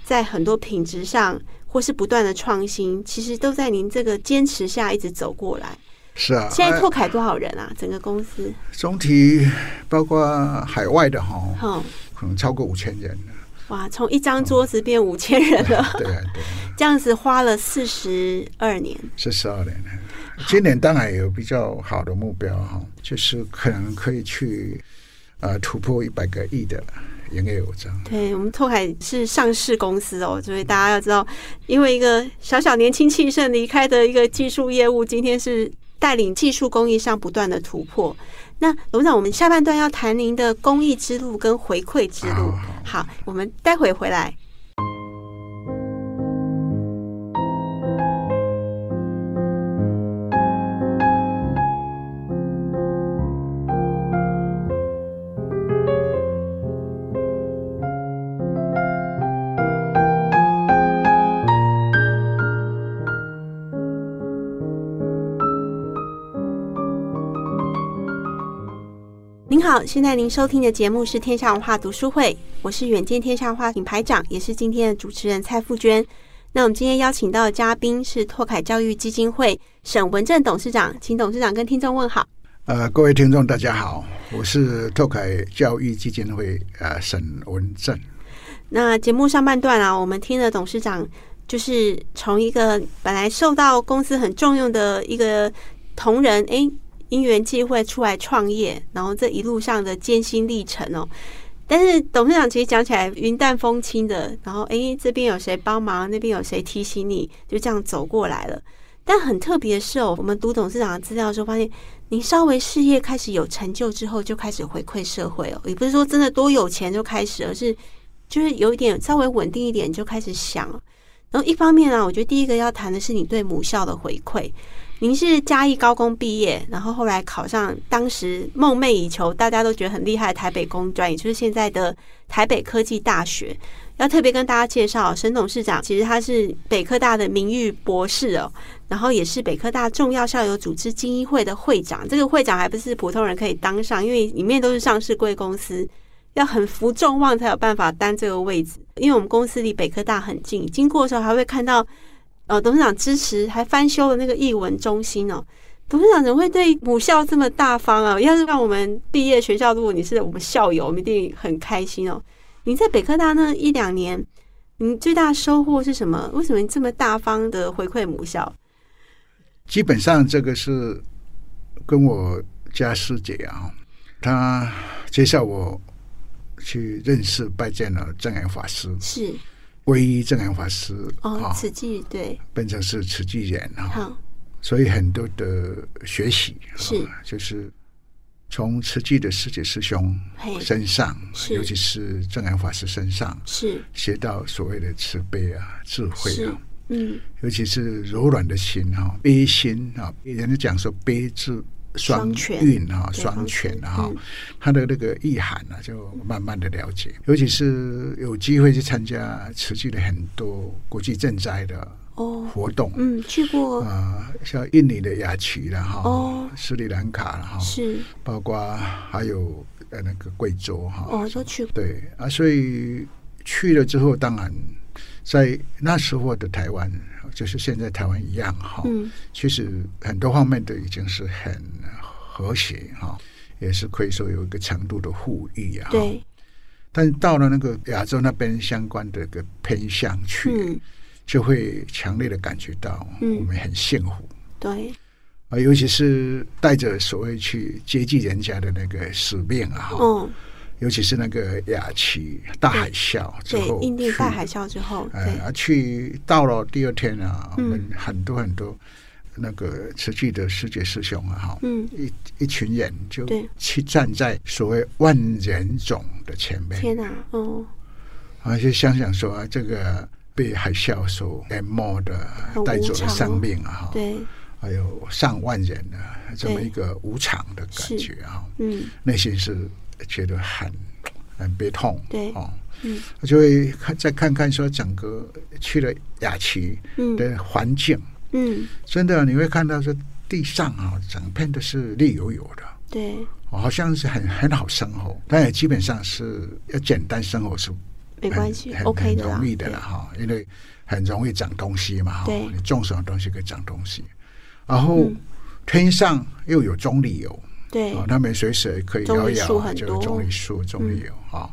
在很多品质上或是不断的创新，其实都在您这个坚持下一直走过来。
是啊，
现在
哎
拓凯多少人啊？整个公司？
总体包括海外的哈，
哼、
可能超过五千人了。
嗯哇，从一张桌子变五千人了，
对啊，对啊，
这样子花了四十二年。
是十二年了。啊今年当然有比较好的目标哈，就是可能可以去呃突破一百个亿的营业额这样。
对我们拓凯是上市公司哦，所以大家要知道，因为一个小小年轻气盛离开的一个技术业务，今天是带领技术工艺上不断的突破。那董事长，我们下半段要谈您的公益之路跟回馈之路。好，我们待会回来。您好，现在您收听的节目是《天下文化读书会》，我是远见天下文化品牌长，也是今天的主持人蔡富娟。那我们今天邀请到的嘉宾是拓凯教育基金会沈文正董事长，请董事长跟听众问好。
呃，各位听众大家好，我是拓凯教育基金会呃沈文正。
那节目上半段啊，我们听了董事长就是从一个本来受到公司很重用的一个同仁，诶，因缘际会出来创业，然后这一路上的艰辛历程哦。但是董事长其实讲起来云淡风轻的，然后诶，这边有谁帮忙，那边有谁提醒你，就这样走过来了。但很特别的是哦，我们读董事长的资料的时候发现，您稍微事业开始有成就之后，就开始回馈社会哦，也不是说真的多有钱就开始，而是就是有一点稍微稳定一点就开始想了。然后一方面啊，我觉得第一个要谈的是你对母校的回馈。您是嘉义高工毕业，然后后来考上当时梦寐以求、大家都觉得很厉害的台北工专，也就是现在的台北科技大学。要特别跟大家介绍，沈董事长其实他是北科大的名誉博士哦，然后也是北科大重要校友组织精英会的会长。这个会长还不是普通人可以当上，因为里面都是上市贵公司，要很服众望才有办法担这个位置。因为我们公司离北科大很近，经过的时候还会看到，呃，董事长支持还翻修了那个艺文中心哦。董事长怎么会对母校这么大方啊？要是让我们毕业学校，如果你是我们校友，我们一定很开心哦。你在北科大那一两年，你最大的收获是什么？为什么你这么大方的回馈母校？
基本上这个是跟我家师姐啊，她介绍我去认识拜见了正言法师，
是
皈依正言法师
哦
啊，，
此际对，
变成是慈济人啊，
好
所以很多的学习啊
是
就是从慈济的师姐师兄
嘿
身上，
是
尤其是正言法师身上
是
学到所谓的慈悲啊、智慧
是
啊。，
嗯，
尤其是柔软的心哈，悲心啊，人家讲说悲智双
双全
运哈，
对
双全哈
嗯，
它的那个意涵呢、就慢慢的了解。尤其是有机会去参加持续的很多国际赈灾的
哦，
活动，
嗯，去过
啊、像印尼的雅琪了哈，
哦
斯里兰卡了哈，
是
包括还有呃那个贵州哈，
哦，都去过
对啊，所以去了之后，当然在那时候的台湾，就是现在台湾一样哈。
嗯，
其实很多方面都已经是很和谐哈，也是可以说有一个程度的互益啊。
对，
但是到了那个亚洲那边相关的一个偏向去，
嗯，
就会强烈的感觉到
嗯
我们很幸福
对，
啊，尤其是带着所谓去接济人家的那个使命啊，哈
嗯，
尤其是那个雅琪大海啸之
对
后，，
印
去
度大海啸之后，对，
呃，去到了第二天啊，我
嗯
们很多很多那个慈济的师姐师兄啊，哈、
嗯，
一一群人就
对
去站在所谓万人冢的前
天
面，
哪，嗯，
啊，就想想说、啊、这个被海啸所淹没的
很无
带走了
常
生命啊，哈，
对，
还有上万人啊，这么
对
一个无常的
是
感觉啊，
嗯，
内心是觉得很很悲痛，
对
哦，
嗯，
就会看再看看说整个去了雅琪
嗯，
的环境，
嗯，
真的你会看到说地上啊，整片都是绿油油的，
对，
哦好像是很很好生活，但也基本上是要简单生活是
没
很
关系
很
，OK
很
的啦，
容易的
对
了哈，因为很容易长东西嘛，哈
对
你种什么东西可以长东西，然后
嗯
天上又有棕榈油。
对
哦，，他们随时可以摇一摇
棕榈树
啊，
很
就
多嗯
棕榈树、棕榈油啊、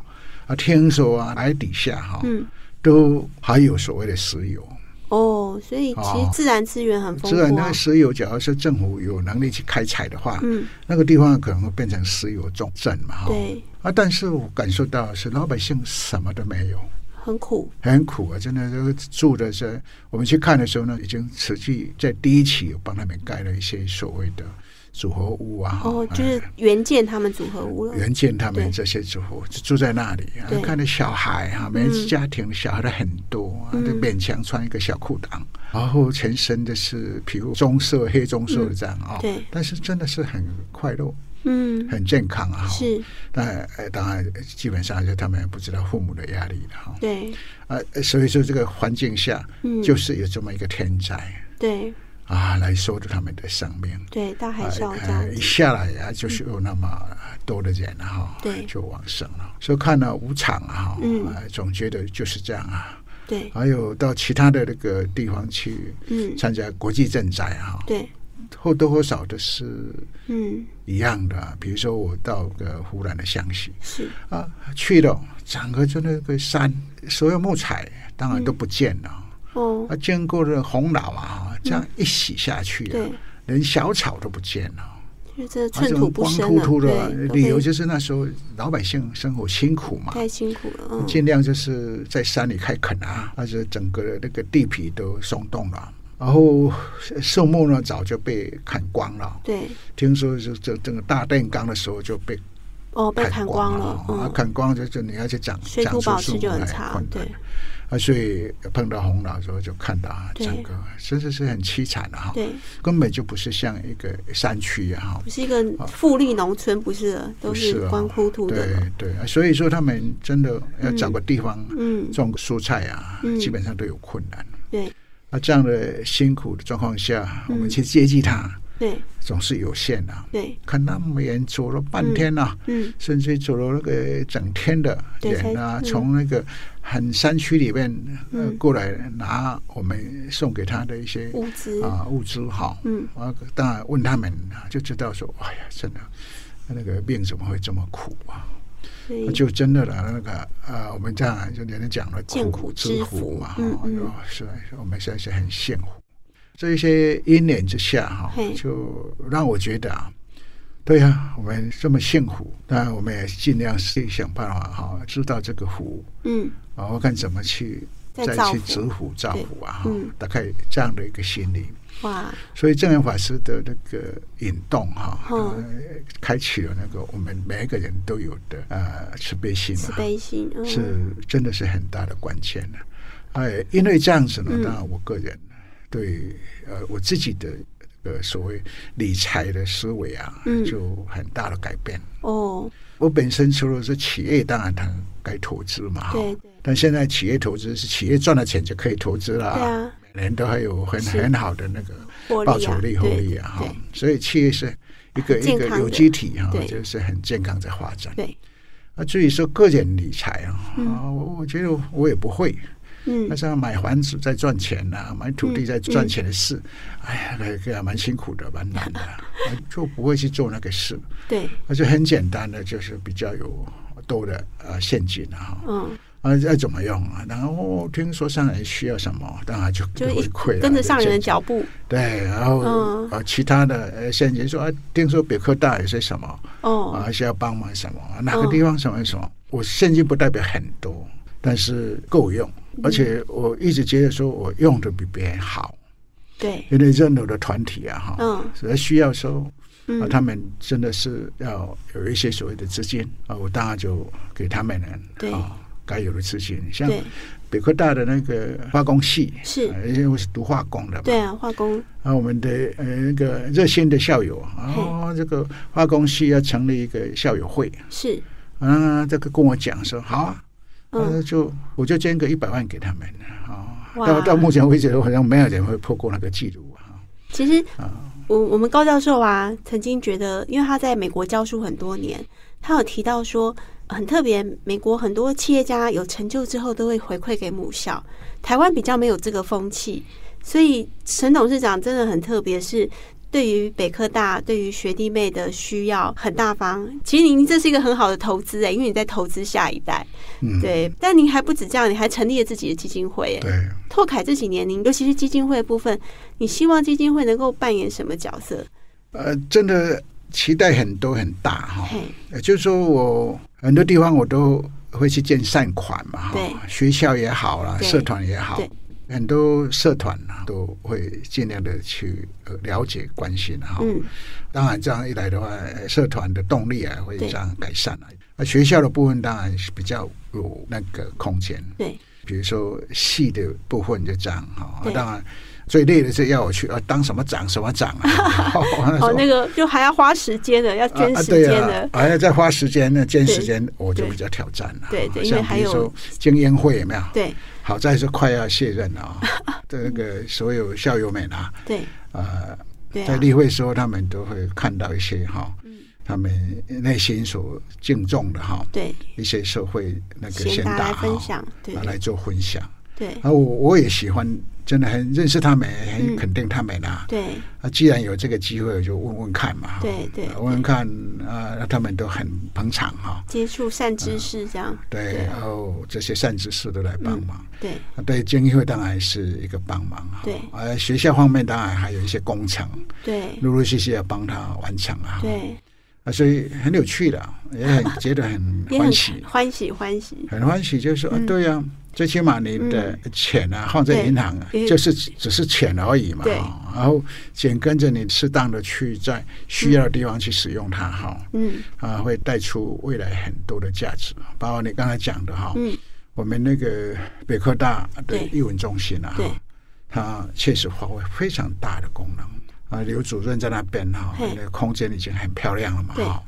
啊，听说啊，海底下哈、
嗯，
都还有所谓的石油。
哦，所以其实
哦
自然资源很丰
虽然
富
那
啊
个，石油，假如说政府有能力去开采的话，
嗯，
那个地方可能会变成石油重镇嘛哈、
对，
啊，但是我感受到是老百姓什么都没有，
很苦，
很苦啊，真的这个住的是我们去看的时候呢，已经实际在第一期有帮他们盖了一些所谓的组合屋啊，哈
哦，就
哎
是原建他们组合屋了，
原建他
对
们这些住户就住在那里啊
对，
看着小孩啊，每
嗯
一家庭小孩都很多啊，
嗯
就勉强穿一个小裤裆，然后全身的是皮肤棕色、黑棕色的这样啊、
对
但是真的是很快乐、
嗯，
很健康啊。
是，
那呃当然，呃基本上就他们也不知道父母的压力了哈。
对，
啊，呃所以说这个环境下，
嗯，
就是有这么一个天灾
对
啊，来收住他们的生命。
对，大海啸这
呃
样，
一
子，
下来啊，就是有那么多的人哈、
对
就往生了。所以看了五场啊，
嗯
呃总觉得就是这样啊。
对，
还有到其他的那个地方去
嗯，
参加国际赈灾啊，
对，
或多或少的是
嗯，
一样的啊、比如说我到个湖南的湘西
是，
啊，去了整个就那个山，所有木材当然都不见了。
哦，
啊，经过了洪涝啊，这样一洗下去啊，
对，
连小草都不见了。
就真的
啊这
寸土
种
不
光
生
秃
了，
秃的
对，都
理
被
由就是那时候老百姓生活辛苦嘛，
太辛苦了，嗯，
尽量就是在山里开垦啊，或者整个那个地皮都松动了。然后树木呢早就被砍光了，
对，
听说是这整个大炼钢的时候就被
哦，被砍光
了
了，，
啊，
嗯，
砍光就就你要去长
水
长
土
出
保
树
持
木
就很
来
差
困，难
对
啊，所以碰到洪涝的时候就看到啊
对
整个真的是很凄惨的哈，
对，
根本就不是像一个山区啊哈，
不是一个富丽农村，不是的，都
不是
是
啊
光秃秃的了，
对对，所以说他们真的要找个地方
嗯，
种蔬菜啊，
嗯
基本上都有困难。
对
那这样的辛苦的状况下，
嗯
我们去接济他
对
总是有限的、啊。
对，
看那么远，走了半天呐、啊，
嗯，
甚至走了那个整天的
对
人啊，
才嗯
从那个很山区里面呃
嗯
过来拿我们送给他的一些
物资，
啊物资哈。
嗯，
啊，当然问他们啊就知道说，哎呀，真的那个病怎么会这么苦啊？
所以
就真的了，那个呃，我们这样就人家讲了，
见苦知
知
福
福嘛，
嗯
哈
嗯
哦是，我们现在是很幸福。这一些因缘之下哈
嘿，
就让我觉得啊，对呀、啊我们这么幸福，那我们也尽量去想办法哈，知道这个福，
嗯，
然后看怎么去
再
再
造
去
福
知福造福啊，哈
对嗯
大概这样的一个心理。
哇，
所以正言法师的那个引动哈、
嗯
呃开启了那个我们每一个人都有的呃慈悲心
慈
嘛，
悲心，嗯，
是真的是很大的关键的、哎，因为这样子呢
嗯，
当然我个人对呃我自己的呃所谓理财的思维啊
嗯，
就很大的改变。
哦，
我本身除了是企业，当然它该投资嘛，哈
对对
但现在企业投资是企业赚了钱就可以投资了，
对啊，
每年都还有很
是
很好的那个
获利啊
报酬率、获
对
利啊，哈
对，
所以企业是一个
健
一
康
个
的
有机体哈
对，
就是很健康在发展。
对，
啊，至于说个人理财啊，
嗯
啊，我我觉得我也不会，
嗯嗯
那，像买房子在赚钱呐，买土地在赚钱的事，哎呀，那个还蛮辛苦的，蛮难的， 啊就不会去做那个事，
对，
而且很简单的，就是比较有多的呃现金啊，哈
嗯，
啊，要怎么用啊？然后听说上人需要什么，当然就
就
回
一
馈了，
跟着上人的
就
脚步
对，然后
嗯
呃，其他的呃，现在说，啊听说北科大有些什么
哦，
啊，需要帮忙什么，哪个地方什么什么，我现金不代表很多，但是够用，
嗯
而且我一直觉得说我用的比别人好，
对，
因为任何的团体啊哈，
嗯
所以需要说啊，
嗯，
他们真的是要有一些所谓的资金啊，我当然就给他们人
对
啊该有的资金。像
对，
北科大的那个化工系
是
啊因为我是读化工的嘛，
对啊，化工，
啊，我们的呃那个热心的校友啊，
嘿
哦这个化工系要成立一个校友会
是，
啊，这个跟我讲说好啊，
嗯
那就我就捐个一百万给他们啊。
哇
到到目前为止，好像没有人会破过那个记录啊。
其实我我们高教授啊，曾经觉得，因为他在美国教书很多年，他有提到说很特别，美国很多企业家有成就之后都会回馈给母校，台湾比较没有这个风气，所以陈董事长真的很特别，是。对于北科大，对于学弟妹的需要很大方。其实您这是一个很好的投资欸诶、因为你在投资下一代。
嗯，
对，但您还不止这样，你还成立了自己的基金会、欸。
对。
拓凯这几年，您尤其是基金会的部分，你希望基金会能够扮演什么角色？
呃，真的期待很多很大哈、
嘿，
也就是说我很多地方我都会去建善款嘛哈、
对
学校也好啦，
对
社团也好
对，
很多社团啊都会尽量的去呃了解关心哈、
嗯，
当然这样一来的话，呃社团的动力啊会
对
这样改善啊。那学校的部分当然是比较有那个空间，
对，
比如说戏的部分就这样哈、
对
当然最累的是要我去啊当什么长什么 长啊，
哦，那
个。
个就还要花时间的，要捐时
对
间
啊
的，，
还要再花时间呢，捐时间我就
对
比较挑战了。
对对因为
像
还
比如
有
说精英会有没有？
对
好在是快要卸任了 啊，这个所有校友们啊，
对
呃，
对
在
啊，嗯
例会时候他们都会看到一些哈，他们内心所敬重的哈，
对，
一些社会那个
贤
贤
达来
达
分
哈，
享，对
拿来做分享。
对
啊，我我也喜欢，真的很认识他们，
嗯
很肯定他们啊。
对
啊，既然有这个机会，我就问问看嘛。哈
对对
呃问问看啊、呃他们都很捧场哈、
接触善知识这样，
嗯对，啊
对
然后这些善知识都来帮忙。
对
啊对精英会当然是一个帮忙哈，
对
呃，学校方面当然还有一些工程，
对
陆陆续续要帮他完成啊，
对，
啊，所以很有趣的，也很觉得很
也
欢
很嗯
喜，
欢喜欢喜，
很欢喜，就是说，啊对呀、最起码你的钱啊放在
嗯对
银行啊
因为
就是只只是钱而已嘛，
对
哈然后紧跟着你适当的去在需要的地方去使用它哈，
嗯
啊，会带出未来很多的价值，包括你刚才讲的哈，
嗯，
我们那个北科大的
对
艺文中心啊，
对
它确实发挥非常大的功能啊。刘主任在那边哈、
嘿
那个空间已经很漂亮了嘛
对
哈、啊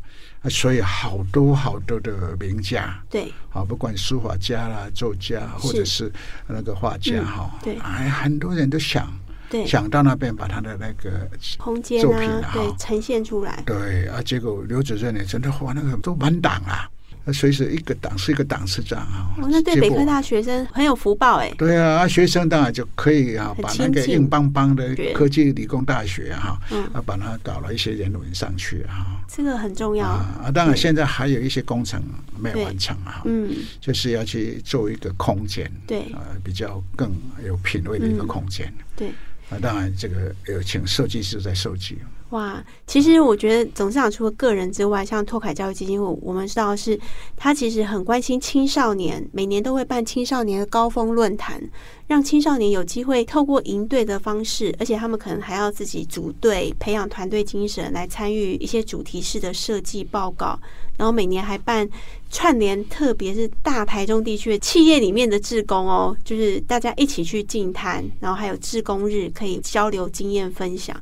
所以好多好多的名家
对
啊，不管书法家啦、作家，或者是那个画家
嗯
哈、
对
哎，很多人都想
对，
想到那边把他的那个
空间
作品
啊
啊，
对，呈现出来，
对啊，结果刘主任呢，真的画那个都满档啊，啊随时一个档是一个档次这样啊。
哦，那对
结
北
果
科大学生很有福报哎，
对啊，啊学生当然就可以啊，
很
把那
亲
个
近
硬邦邦的
对
科技理工大学哈、
嗯
啊，把它搞了一些人文上去啊。
这个很重要，
啊，当然现在还有一些工程没有完成啊，
嗯，
就是要去做一个空间，
对
啊，比较更有品味的
嗯
一个空间。
对。
啊，当然这个有请设计师在设计，啊
哇，其实我觉得董事长除了个人之外，像拓凯教育基金会，我们知道是他其实很关心青少年，每年都会办青少年的高峰论坛，让青少年有机会透过营队的方式，而且他们可能还要自己组队，培养团队精神，来参与一些主题式的设计报告，然后每年还办串联，特别是大台中地区的企业里面的志工哦，就是大家一起去进摊，然后还有志工日可以交流经验分享。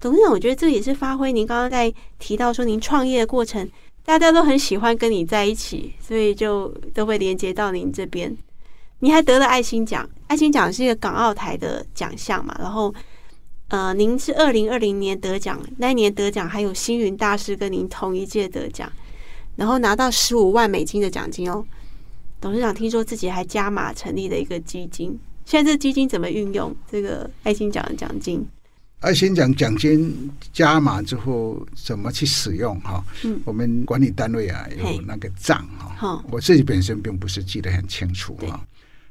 董事长，我觉得这也是发挥您刚刚在提到说您创业的过程，大家都很喜欢跟你在一起，所以就都会连接到您这边。你还得了爱心奖，爱心奖是一个港澳台的奖项嘛，然后。呃，您是二零二零年得奖，那一年得奖还有星云大师跟您同一届得奖，然后拿到十五万美金的奖金哦。董事长听说自己还加码成立了一个基金，现在这基金怎么运用这个爱心奖的奖金？
二啊先讲奖金加码之后怎么去使用哈、
嗯
我们管理单位啊
嘿
有那个账哈、
好
我自己本身并不是记得很清楚
对
啊。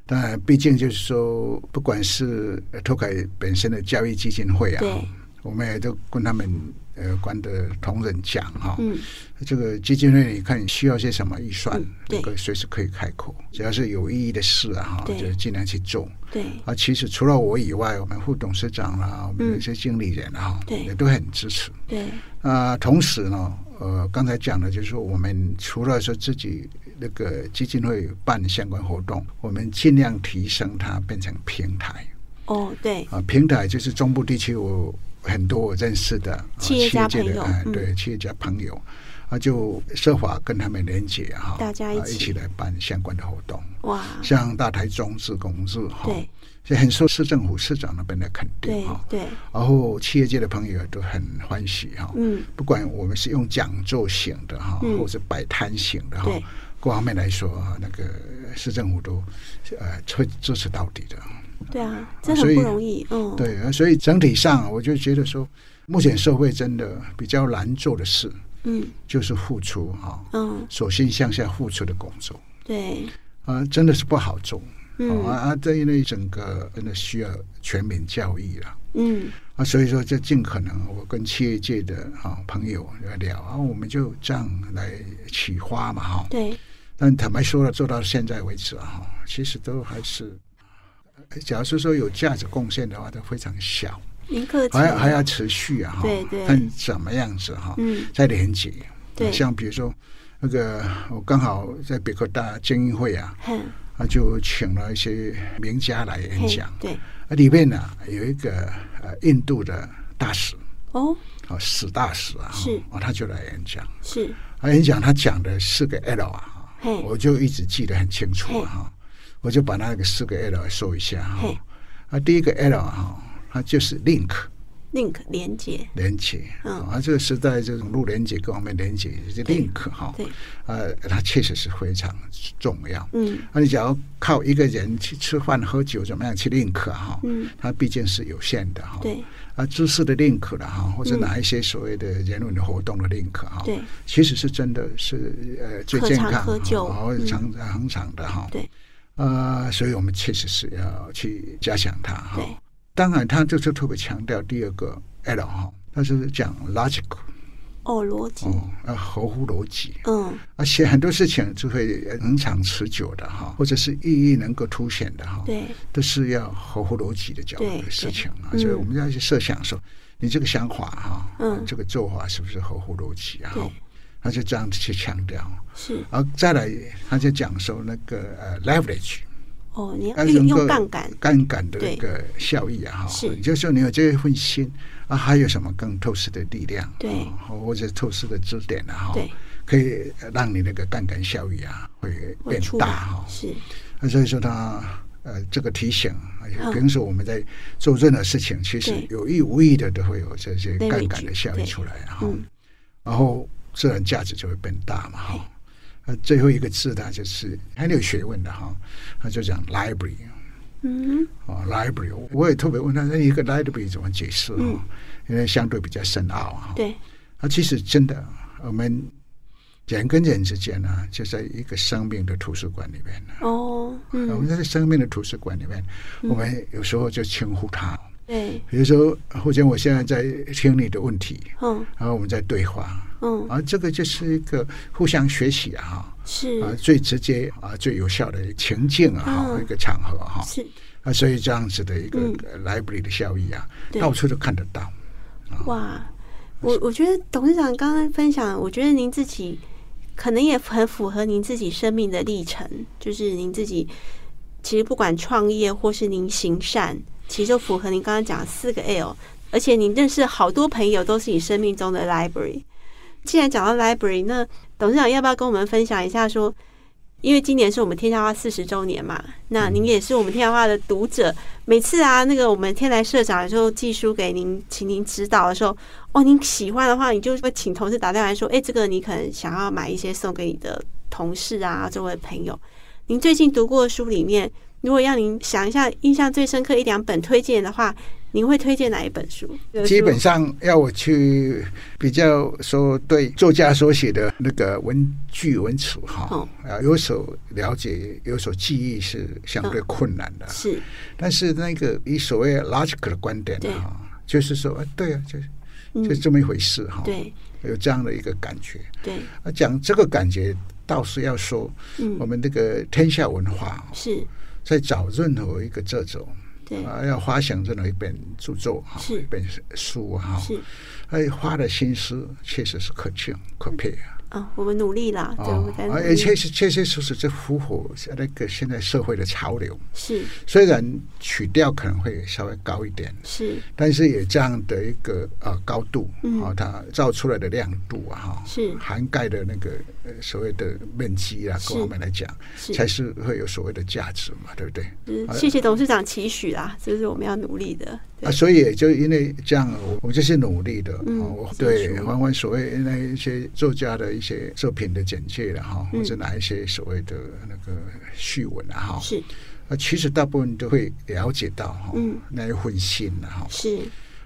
当然，毕竟就是说，不管是托凯本身的教育基金会啊
对，
我们也都跟他们呃管的同仁讲哈、
嗯
这个基金会你看你需要些什么预算
嗯，对
这个随时可以开口，只要是有意义的事啊哈，
对
就尽量去做。
对
啊，其实除了我以外，我们副董事长啊，我们那些经理人啊，
嗯对
也都很支持。
对
啊、同时呢，呃，刚才讲的就是说，我们除了说自己那个基金会办相关活动，我们尽量提升它变成平台
哦对
啊、平台就是中部地区我很多我认识的、啊
企业家
界的
朋友
哎
嗯
对企业家朋友。啊，就设法跟他们连接哈，
大家一
啊
起
一起来办相关的活动，
哇
像大台中志公志哈，
对
所以很受市政府市长那边的肯
对
定哈、
对
然后企业界的朋友都很欢喜哈、
嗯
不管我们是用讲座型的哈、
嗯
或者是摆摊型的哈、
对
各方面来说啊，那个市政府都呃会支持到底的。
对啊，这
所
很
以
不容易嗯
对，呃所以整体上我就觉得说，目前社会真的比较难做的事
嗯
就是付出哈、
嗯
首先向下付出的工作
对
啊、真的是不好做、啊
嗯
啊！这一类整个真的需要全民教育了。
嗯
啊，所以说就尽可能我跟企业界的啊朋友来聊啊，我们就这样来启发嘛哈。
对
但坦白说了，做到现在为止啊，哈其实都还是，呃假如是说有价值贡献的话，都非常小，
您客气
还还要持续啊哈。
对对
看怎么样子哈、
嗯
再连接。
对
像比如说那个，我刚好在北科大精英会啊，
很
啊就请了一些名家来演
很
讲，
对
啊里面呢、有一个呃印度的大使。
哦
啊，史大使啊，
是
啊，他就来演讲，
是
他演讲他讲的四个 L 啊，
嘿
我就一直记得很清楚啊，我就把那个四个 L 说一下哈
嘿。
啊，第一个 L 啊，它就是 link
link 连接
连接，
嗯
啊，这个时代这种路连接各方面连接就是 link 哈
对，
呃，它确实是非常重要。
嗯
那你只要靠一个人去吃饭、喝酒怎么样去 link 啊哈，
嗯
它毕竟是有限的哈。
对
啊，知识的 link 了哈，或者
嗯
哪一些所谓的人文的活动的 link 哈，
对，
其实是真的是呃最
可
健
长
康，
可久
然后
嗯
长长长的哈，
对，
呃，所以我们确实是要去加强它哈
对。
当然，他就是特别强调第二个 L 哈，他是讲 logical
哦逻辑
哦，要合乎逻辑，
嗯
而且很多事情就会很长持久的哈，或者是意义能够凸显的哈，
对
都是要合乎逻辑的角度的事情
对
啊，
对嗯
所以我们要去设想说，你这个想法哈、
嗯
这个做法是不是合乎逻辑啊
对？
他就这样子去强调，
是
然后再来他就讲说那个呃 leverage，
哦你要
呃
运
能
用
够
杠杆
杠杆的那个效益啊
是
哈，也就是说你有这份心啊，还有什么更透视的力量，
对
啊或者透视的支点啊，哈
对，
可以让你那个杠杆效益啊会
会
变
出
大
来
哦哈。
是
那啊所以说他呃这个提醒，而且
嗯
平时我们在做任何事情，其实
对
有意无意的都会有这些
Leverage，
杠杆的效
对
益出来哈、
嗯
然后自然价值就会变大嘛哈。那最后一个字呢，就是很有学问的哈，他就讲 library
嗯
啊、library，我也特别问他，那一个 library 怎么解释啊、
嗯
因为相对比较深奥啊。
对
啊，其实真的，我们人跟人之间呢、就在一个生命的图书馆里面呢、
哦
我们
嗯
在生命的图书馆里面，我们有时候就称呼他，
对
比如说，或者我现在在听你的问题，
嗯
然后我们在对话，
嗯
啊，这个就是一个互相学习啊，
是
啊，最直接啊，最有效的情境啊，
嗯
一个场合哈，
是
啊，所以这样子的一个
嗯
呃 library 的效益啊，
对
到处都看得到，
哇，我我觉得董事长刚刚分享，我觉得您自己可能也很符合您自己生命的历程，就是您自己其实不管创业或是您行善，其实就符合您刚刚讲的四个 L，而且您认识好多朋友都是你生命中的 library。既然讲到 library，那董事长要不要跟我们分享一下说？因为今年是我们天下花四十周年嘛，那您也是我们天下花的读者。每次啊，那个我们天来社长就寄书给您，请您指导的时候，哦，您喜欢的话，你就会请同事打电话来说，哎、这个你可能想要买一些送给你的同事啊，周围的朋友。您最近读过的书里面，如果让您想一下印象最深刻一两本推荐的话，您会推荐哪一本书？
基本上要我去比较说对作家所写的那个文句文词哈
哦，
啊，有所了解，有所记忆是相对困难的。
是
但是那个以所谓 logical 的观点
对
哈，就是说，啊对啊，就是
嗯
就这么一回事哈，
对
有这样的一个感觉。
对，
啊，讲这个感觉倒是要说，我
嗯，
们这个天下文化
是
在找任何一个这种。
对
啊，要发行任何一本著作
嗯
哈，
是
一本书哈，
是
哎，花的心思确实是可敬可佩啊！
啊，我们努力啦，对，我
哦
们在，努
而
力
确实确确实实这符合那个现在社会的潮流。
是
虽然曲调可能会稍微高一点，
是
但是也这样的一个呃高度
嗯
啊，它造出来的亮度啊，哈
是
涵盖的那个呃所谓的面积啊，
是
各方面来讲，
是
才啊是会有所谓的价值嘛，对不对？
就是谢谢董事长期许啦，这是我们要努力的。对，
啊，所以也就因为这样，我我们就是努力的，
嗯
哦我
自
对
主
翻翻所谓那一些作家的一些作品的简介了哈，
嗯
或者哪一些所谓的那个序文啊哈，
是
啊，其实大部分都会了解到哈，
嗯
那一份心了哈，
是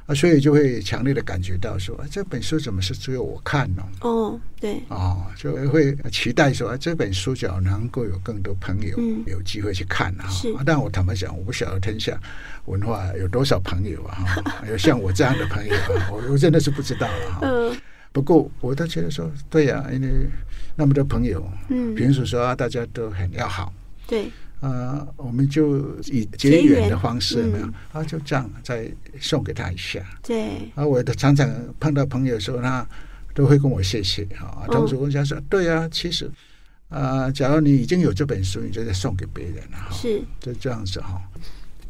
啊，所以就会强烈的感觉到说，啊，这本书怎么是只有我看呢？
哦，对
哦，就会期待说、啊、这本书只要能够有更多朋友、
嗯
有机会去看啊
是
啊但我坦白讲，我不晓得天下文化有多少朋 友啊，哈有像我这样的朋友啊，我我真的是不知道了、哈。
嗯
不过我倒觉得说，对呀、因为那么多朋友，
嗯，
平时说、啊、大家都很要好。
对
啊，我们就以
结
结
缘
缘的方式有没有
嗯
啊，就这样再送给他一下。
对
啊，我的常常碰到朋友说他都会跟我谢谢
哦
啊。同时我想说，对啊，其实啊、假如你已经有这本书，你就再送给别人了哈，
是。
就这样子啊哈。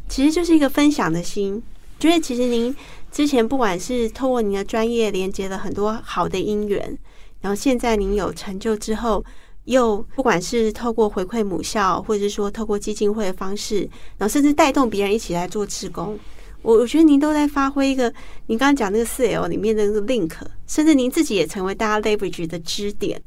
其实就是一个分享的心。觉得其实您之前不管是透过您的专业连接了很多好的姻缘，然后现在您有成就之后，又不管是透过回馈母校，或者是说透过基金会的方式，然后甚至带动别人一起来做志工，我我觉得您都在发挥一个您刚刚讲那个四 L 里面的那个 link，甚至您自己也成为大家 leverage 的支点。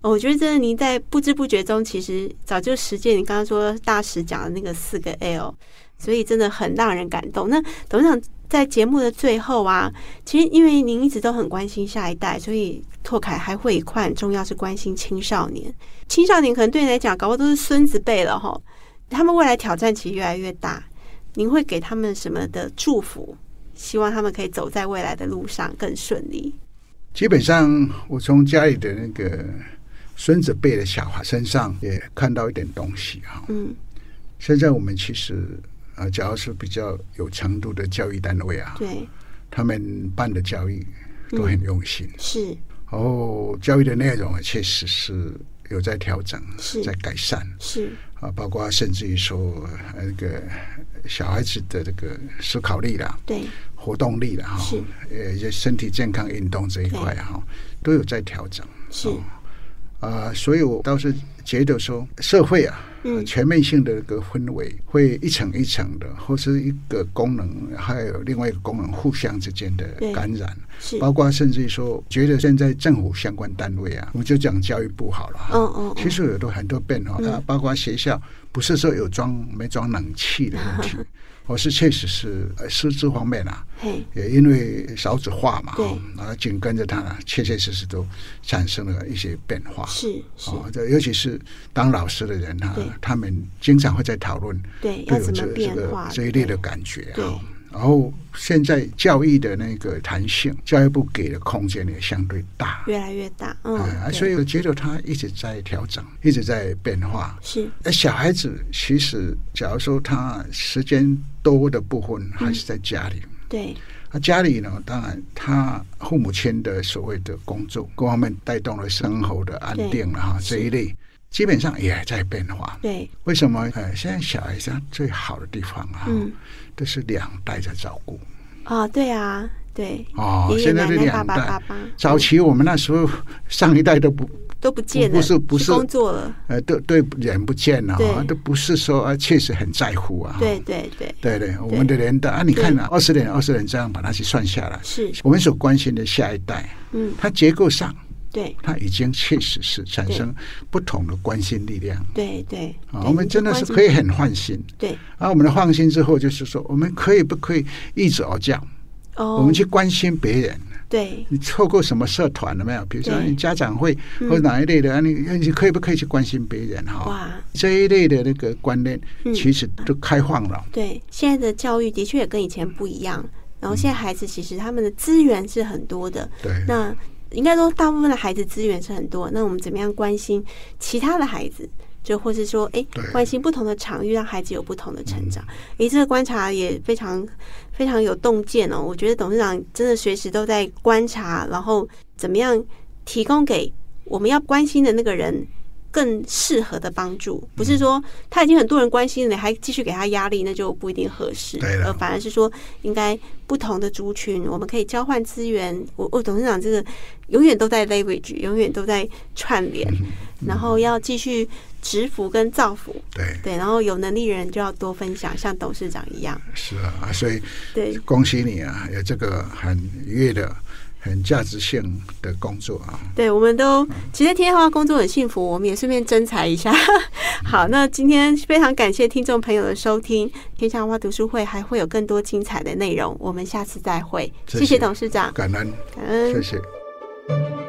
哦我觉得真的您在不知不觉中，其实早就实践你刚刚说大使讲的那个四个 L。所以真的很让人感动。那董事长在节目的最后啊，其实因为您一直都很关心下一代，所以拓凯还会一块很重要是关心青少年。青少年可能对你来讲，搞不好都是孙子辈了哈，他们未来挑战其实越来越大。您会给他们什么的祝福？希望他们可以走在未来的路上更顺利。
基本上，我从家里的那个孙子辈的小孩身上也看到一点东西哈。
嗯，
现在我们其实啊，假如是比较有程度的教育单位啊，
对，
他们办的教育都很用心，
是
然后教育的内容啊，确实是有在调整
是，
在改善。
是，
啊，包括甚至于说呃那个小孩子的这个思考力啦、
对，
活动力啦，哈
是，
呃，一些身体健康运动这一块啊哈，都有在调整
是，
啊、所以我倒是觉得说，社会啊。
嗯
呃全面性的一个氛围会一层一层的，或是一个功能，还有另外一个功能互相之间的
对
感染，
是，
包括甚至于说，觉得现在政府相关单位啊，我们就讲教育部好了哈，
嗯嗯，
其
嗯，
实有都很多变化，
嗯
啊，包括学校不是说有装没装冷气的问
嗯
题，而是确实是呃师资方面啊，
嘿，
也因为少子化嘛，
对
啊，然后紧跟着它呢，确确实实都产生了一些变化。
是是，
啊，这尤其是当老师的人啊
对，
他们经常会在讨论
对，要
会有
怎么
这这
变
个
化？
这一类的感觉
对
啊。然后现在教育的那个弹性，教育部给的空间也相对大，
越来越大，嗯，
啊，
对
所以我觉得他一直在调整，一直在变化。
是
那小孩子其实，假如说他时间多的部分还是在家
嗯
里，
对，
那、家里呢，当然他父母亲的所谓的工作各方面带动了生活的安定了哈，
是
这一类基本上也在变化。
对，
为什么？呃，现在小孩子最好的地方啊，
嗯，
都是两代在照顾
啊，对啊，对，
哦，
爷爷
现在
奶
是
奶、爸
两代。
爸、爸爸
早期我们那时候上一代都不
都不见了，
不是不
去
是
工作了，
呃，对对，人不见了、啊
对，
都不是说啊，确实很在乎啊。
对对对，
对对，我们的年代啊，你看啊，二十年二十年这样把它去算下来，
是，
我们所关心的下一代，
嗯，
它结构上
对
它已经确实是产生不同的关心力量
对对，
啊。
对
我们真的是可以很放心
对
啊。我们的放心之后，就是说，我们可以不可以一直而教，
哦，
我们去关心别人。
对
你透过什么社团了没有？比如说
对嗯
你家长会或哪一类的，啊你你可以不可以去关心别人哈？
哇。
这一类的那个观念
嗯
其实都开放了，
对，现在的教育的确也跟以前不一样。然
嗯
后现在孩子其实他们的资源是很多的，
对，
那应该说大部分的孩子资源是很多。那我们怎么样关心其他的孩子？就或是说，哎、
对嗯
关心不同的场域，让孩子有不同的成长。诶，这个观察也非常非常有洞见哦。我觉得董事长真的随时都在观察，然后怎么样提供给我们要关心的那个人更适合的帮助，不是说他已经很多人关心了，你还继续给他压力，那就不一定合适。
对了
而反而是说，应该不同的族群，我们可以交换资源。我我董事长这个永远都在 leverage，永远都在串联，然后要继续植福跟造福。
对，
对，然后有能力的人就要多分享，像董事长一样。
是啊，所以
对，
恭喜你啊，有这个很愉悦的、很价值性的工作啊。
对，我们都其实天天花工作很幸福，我们也顺便征才一下。 好，那今天非常感谢听众朋友的收听，天下花读书会还会有更多精彩的内容，我们下次再会。
谢
谢谢
谢
董事长，
感恩，
感恩
谢。谢。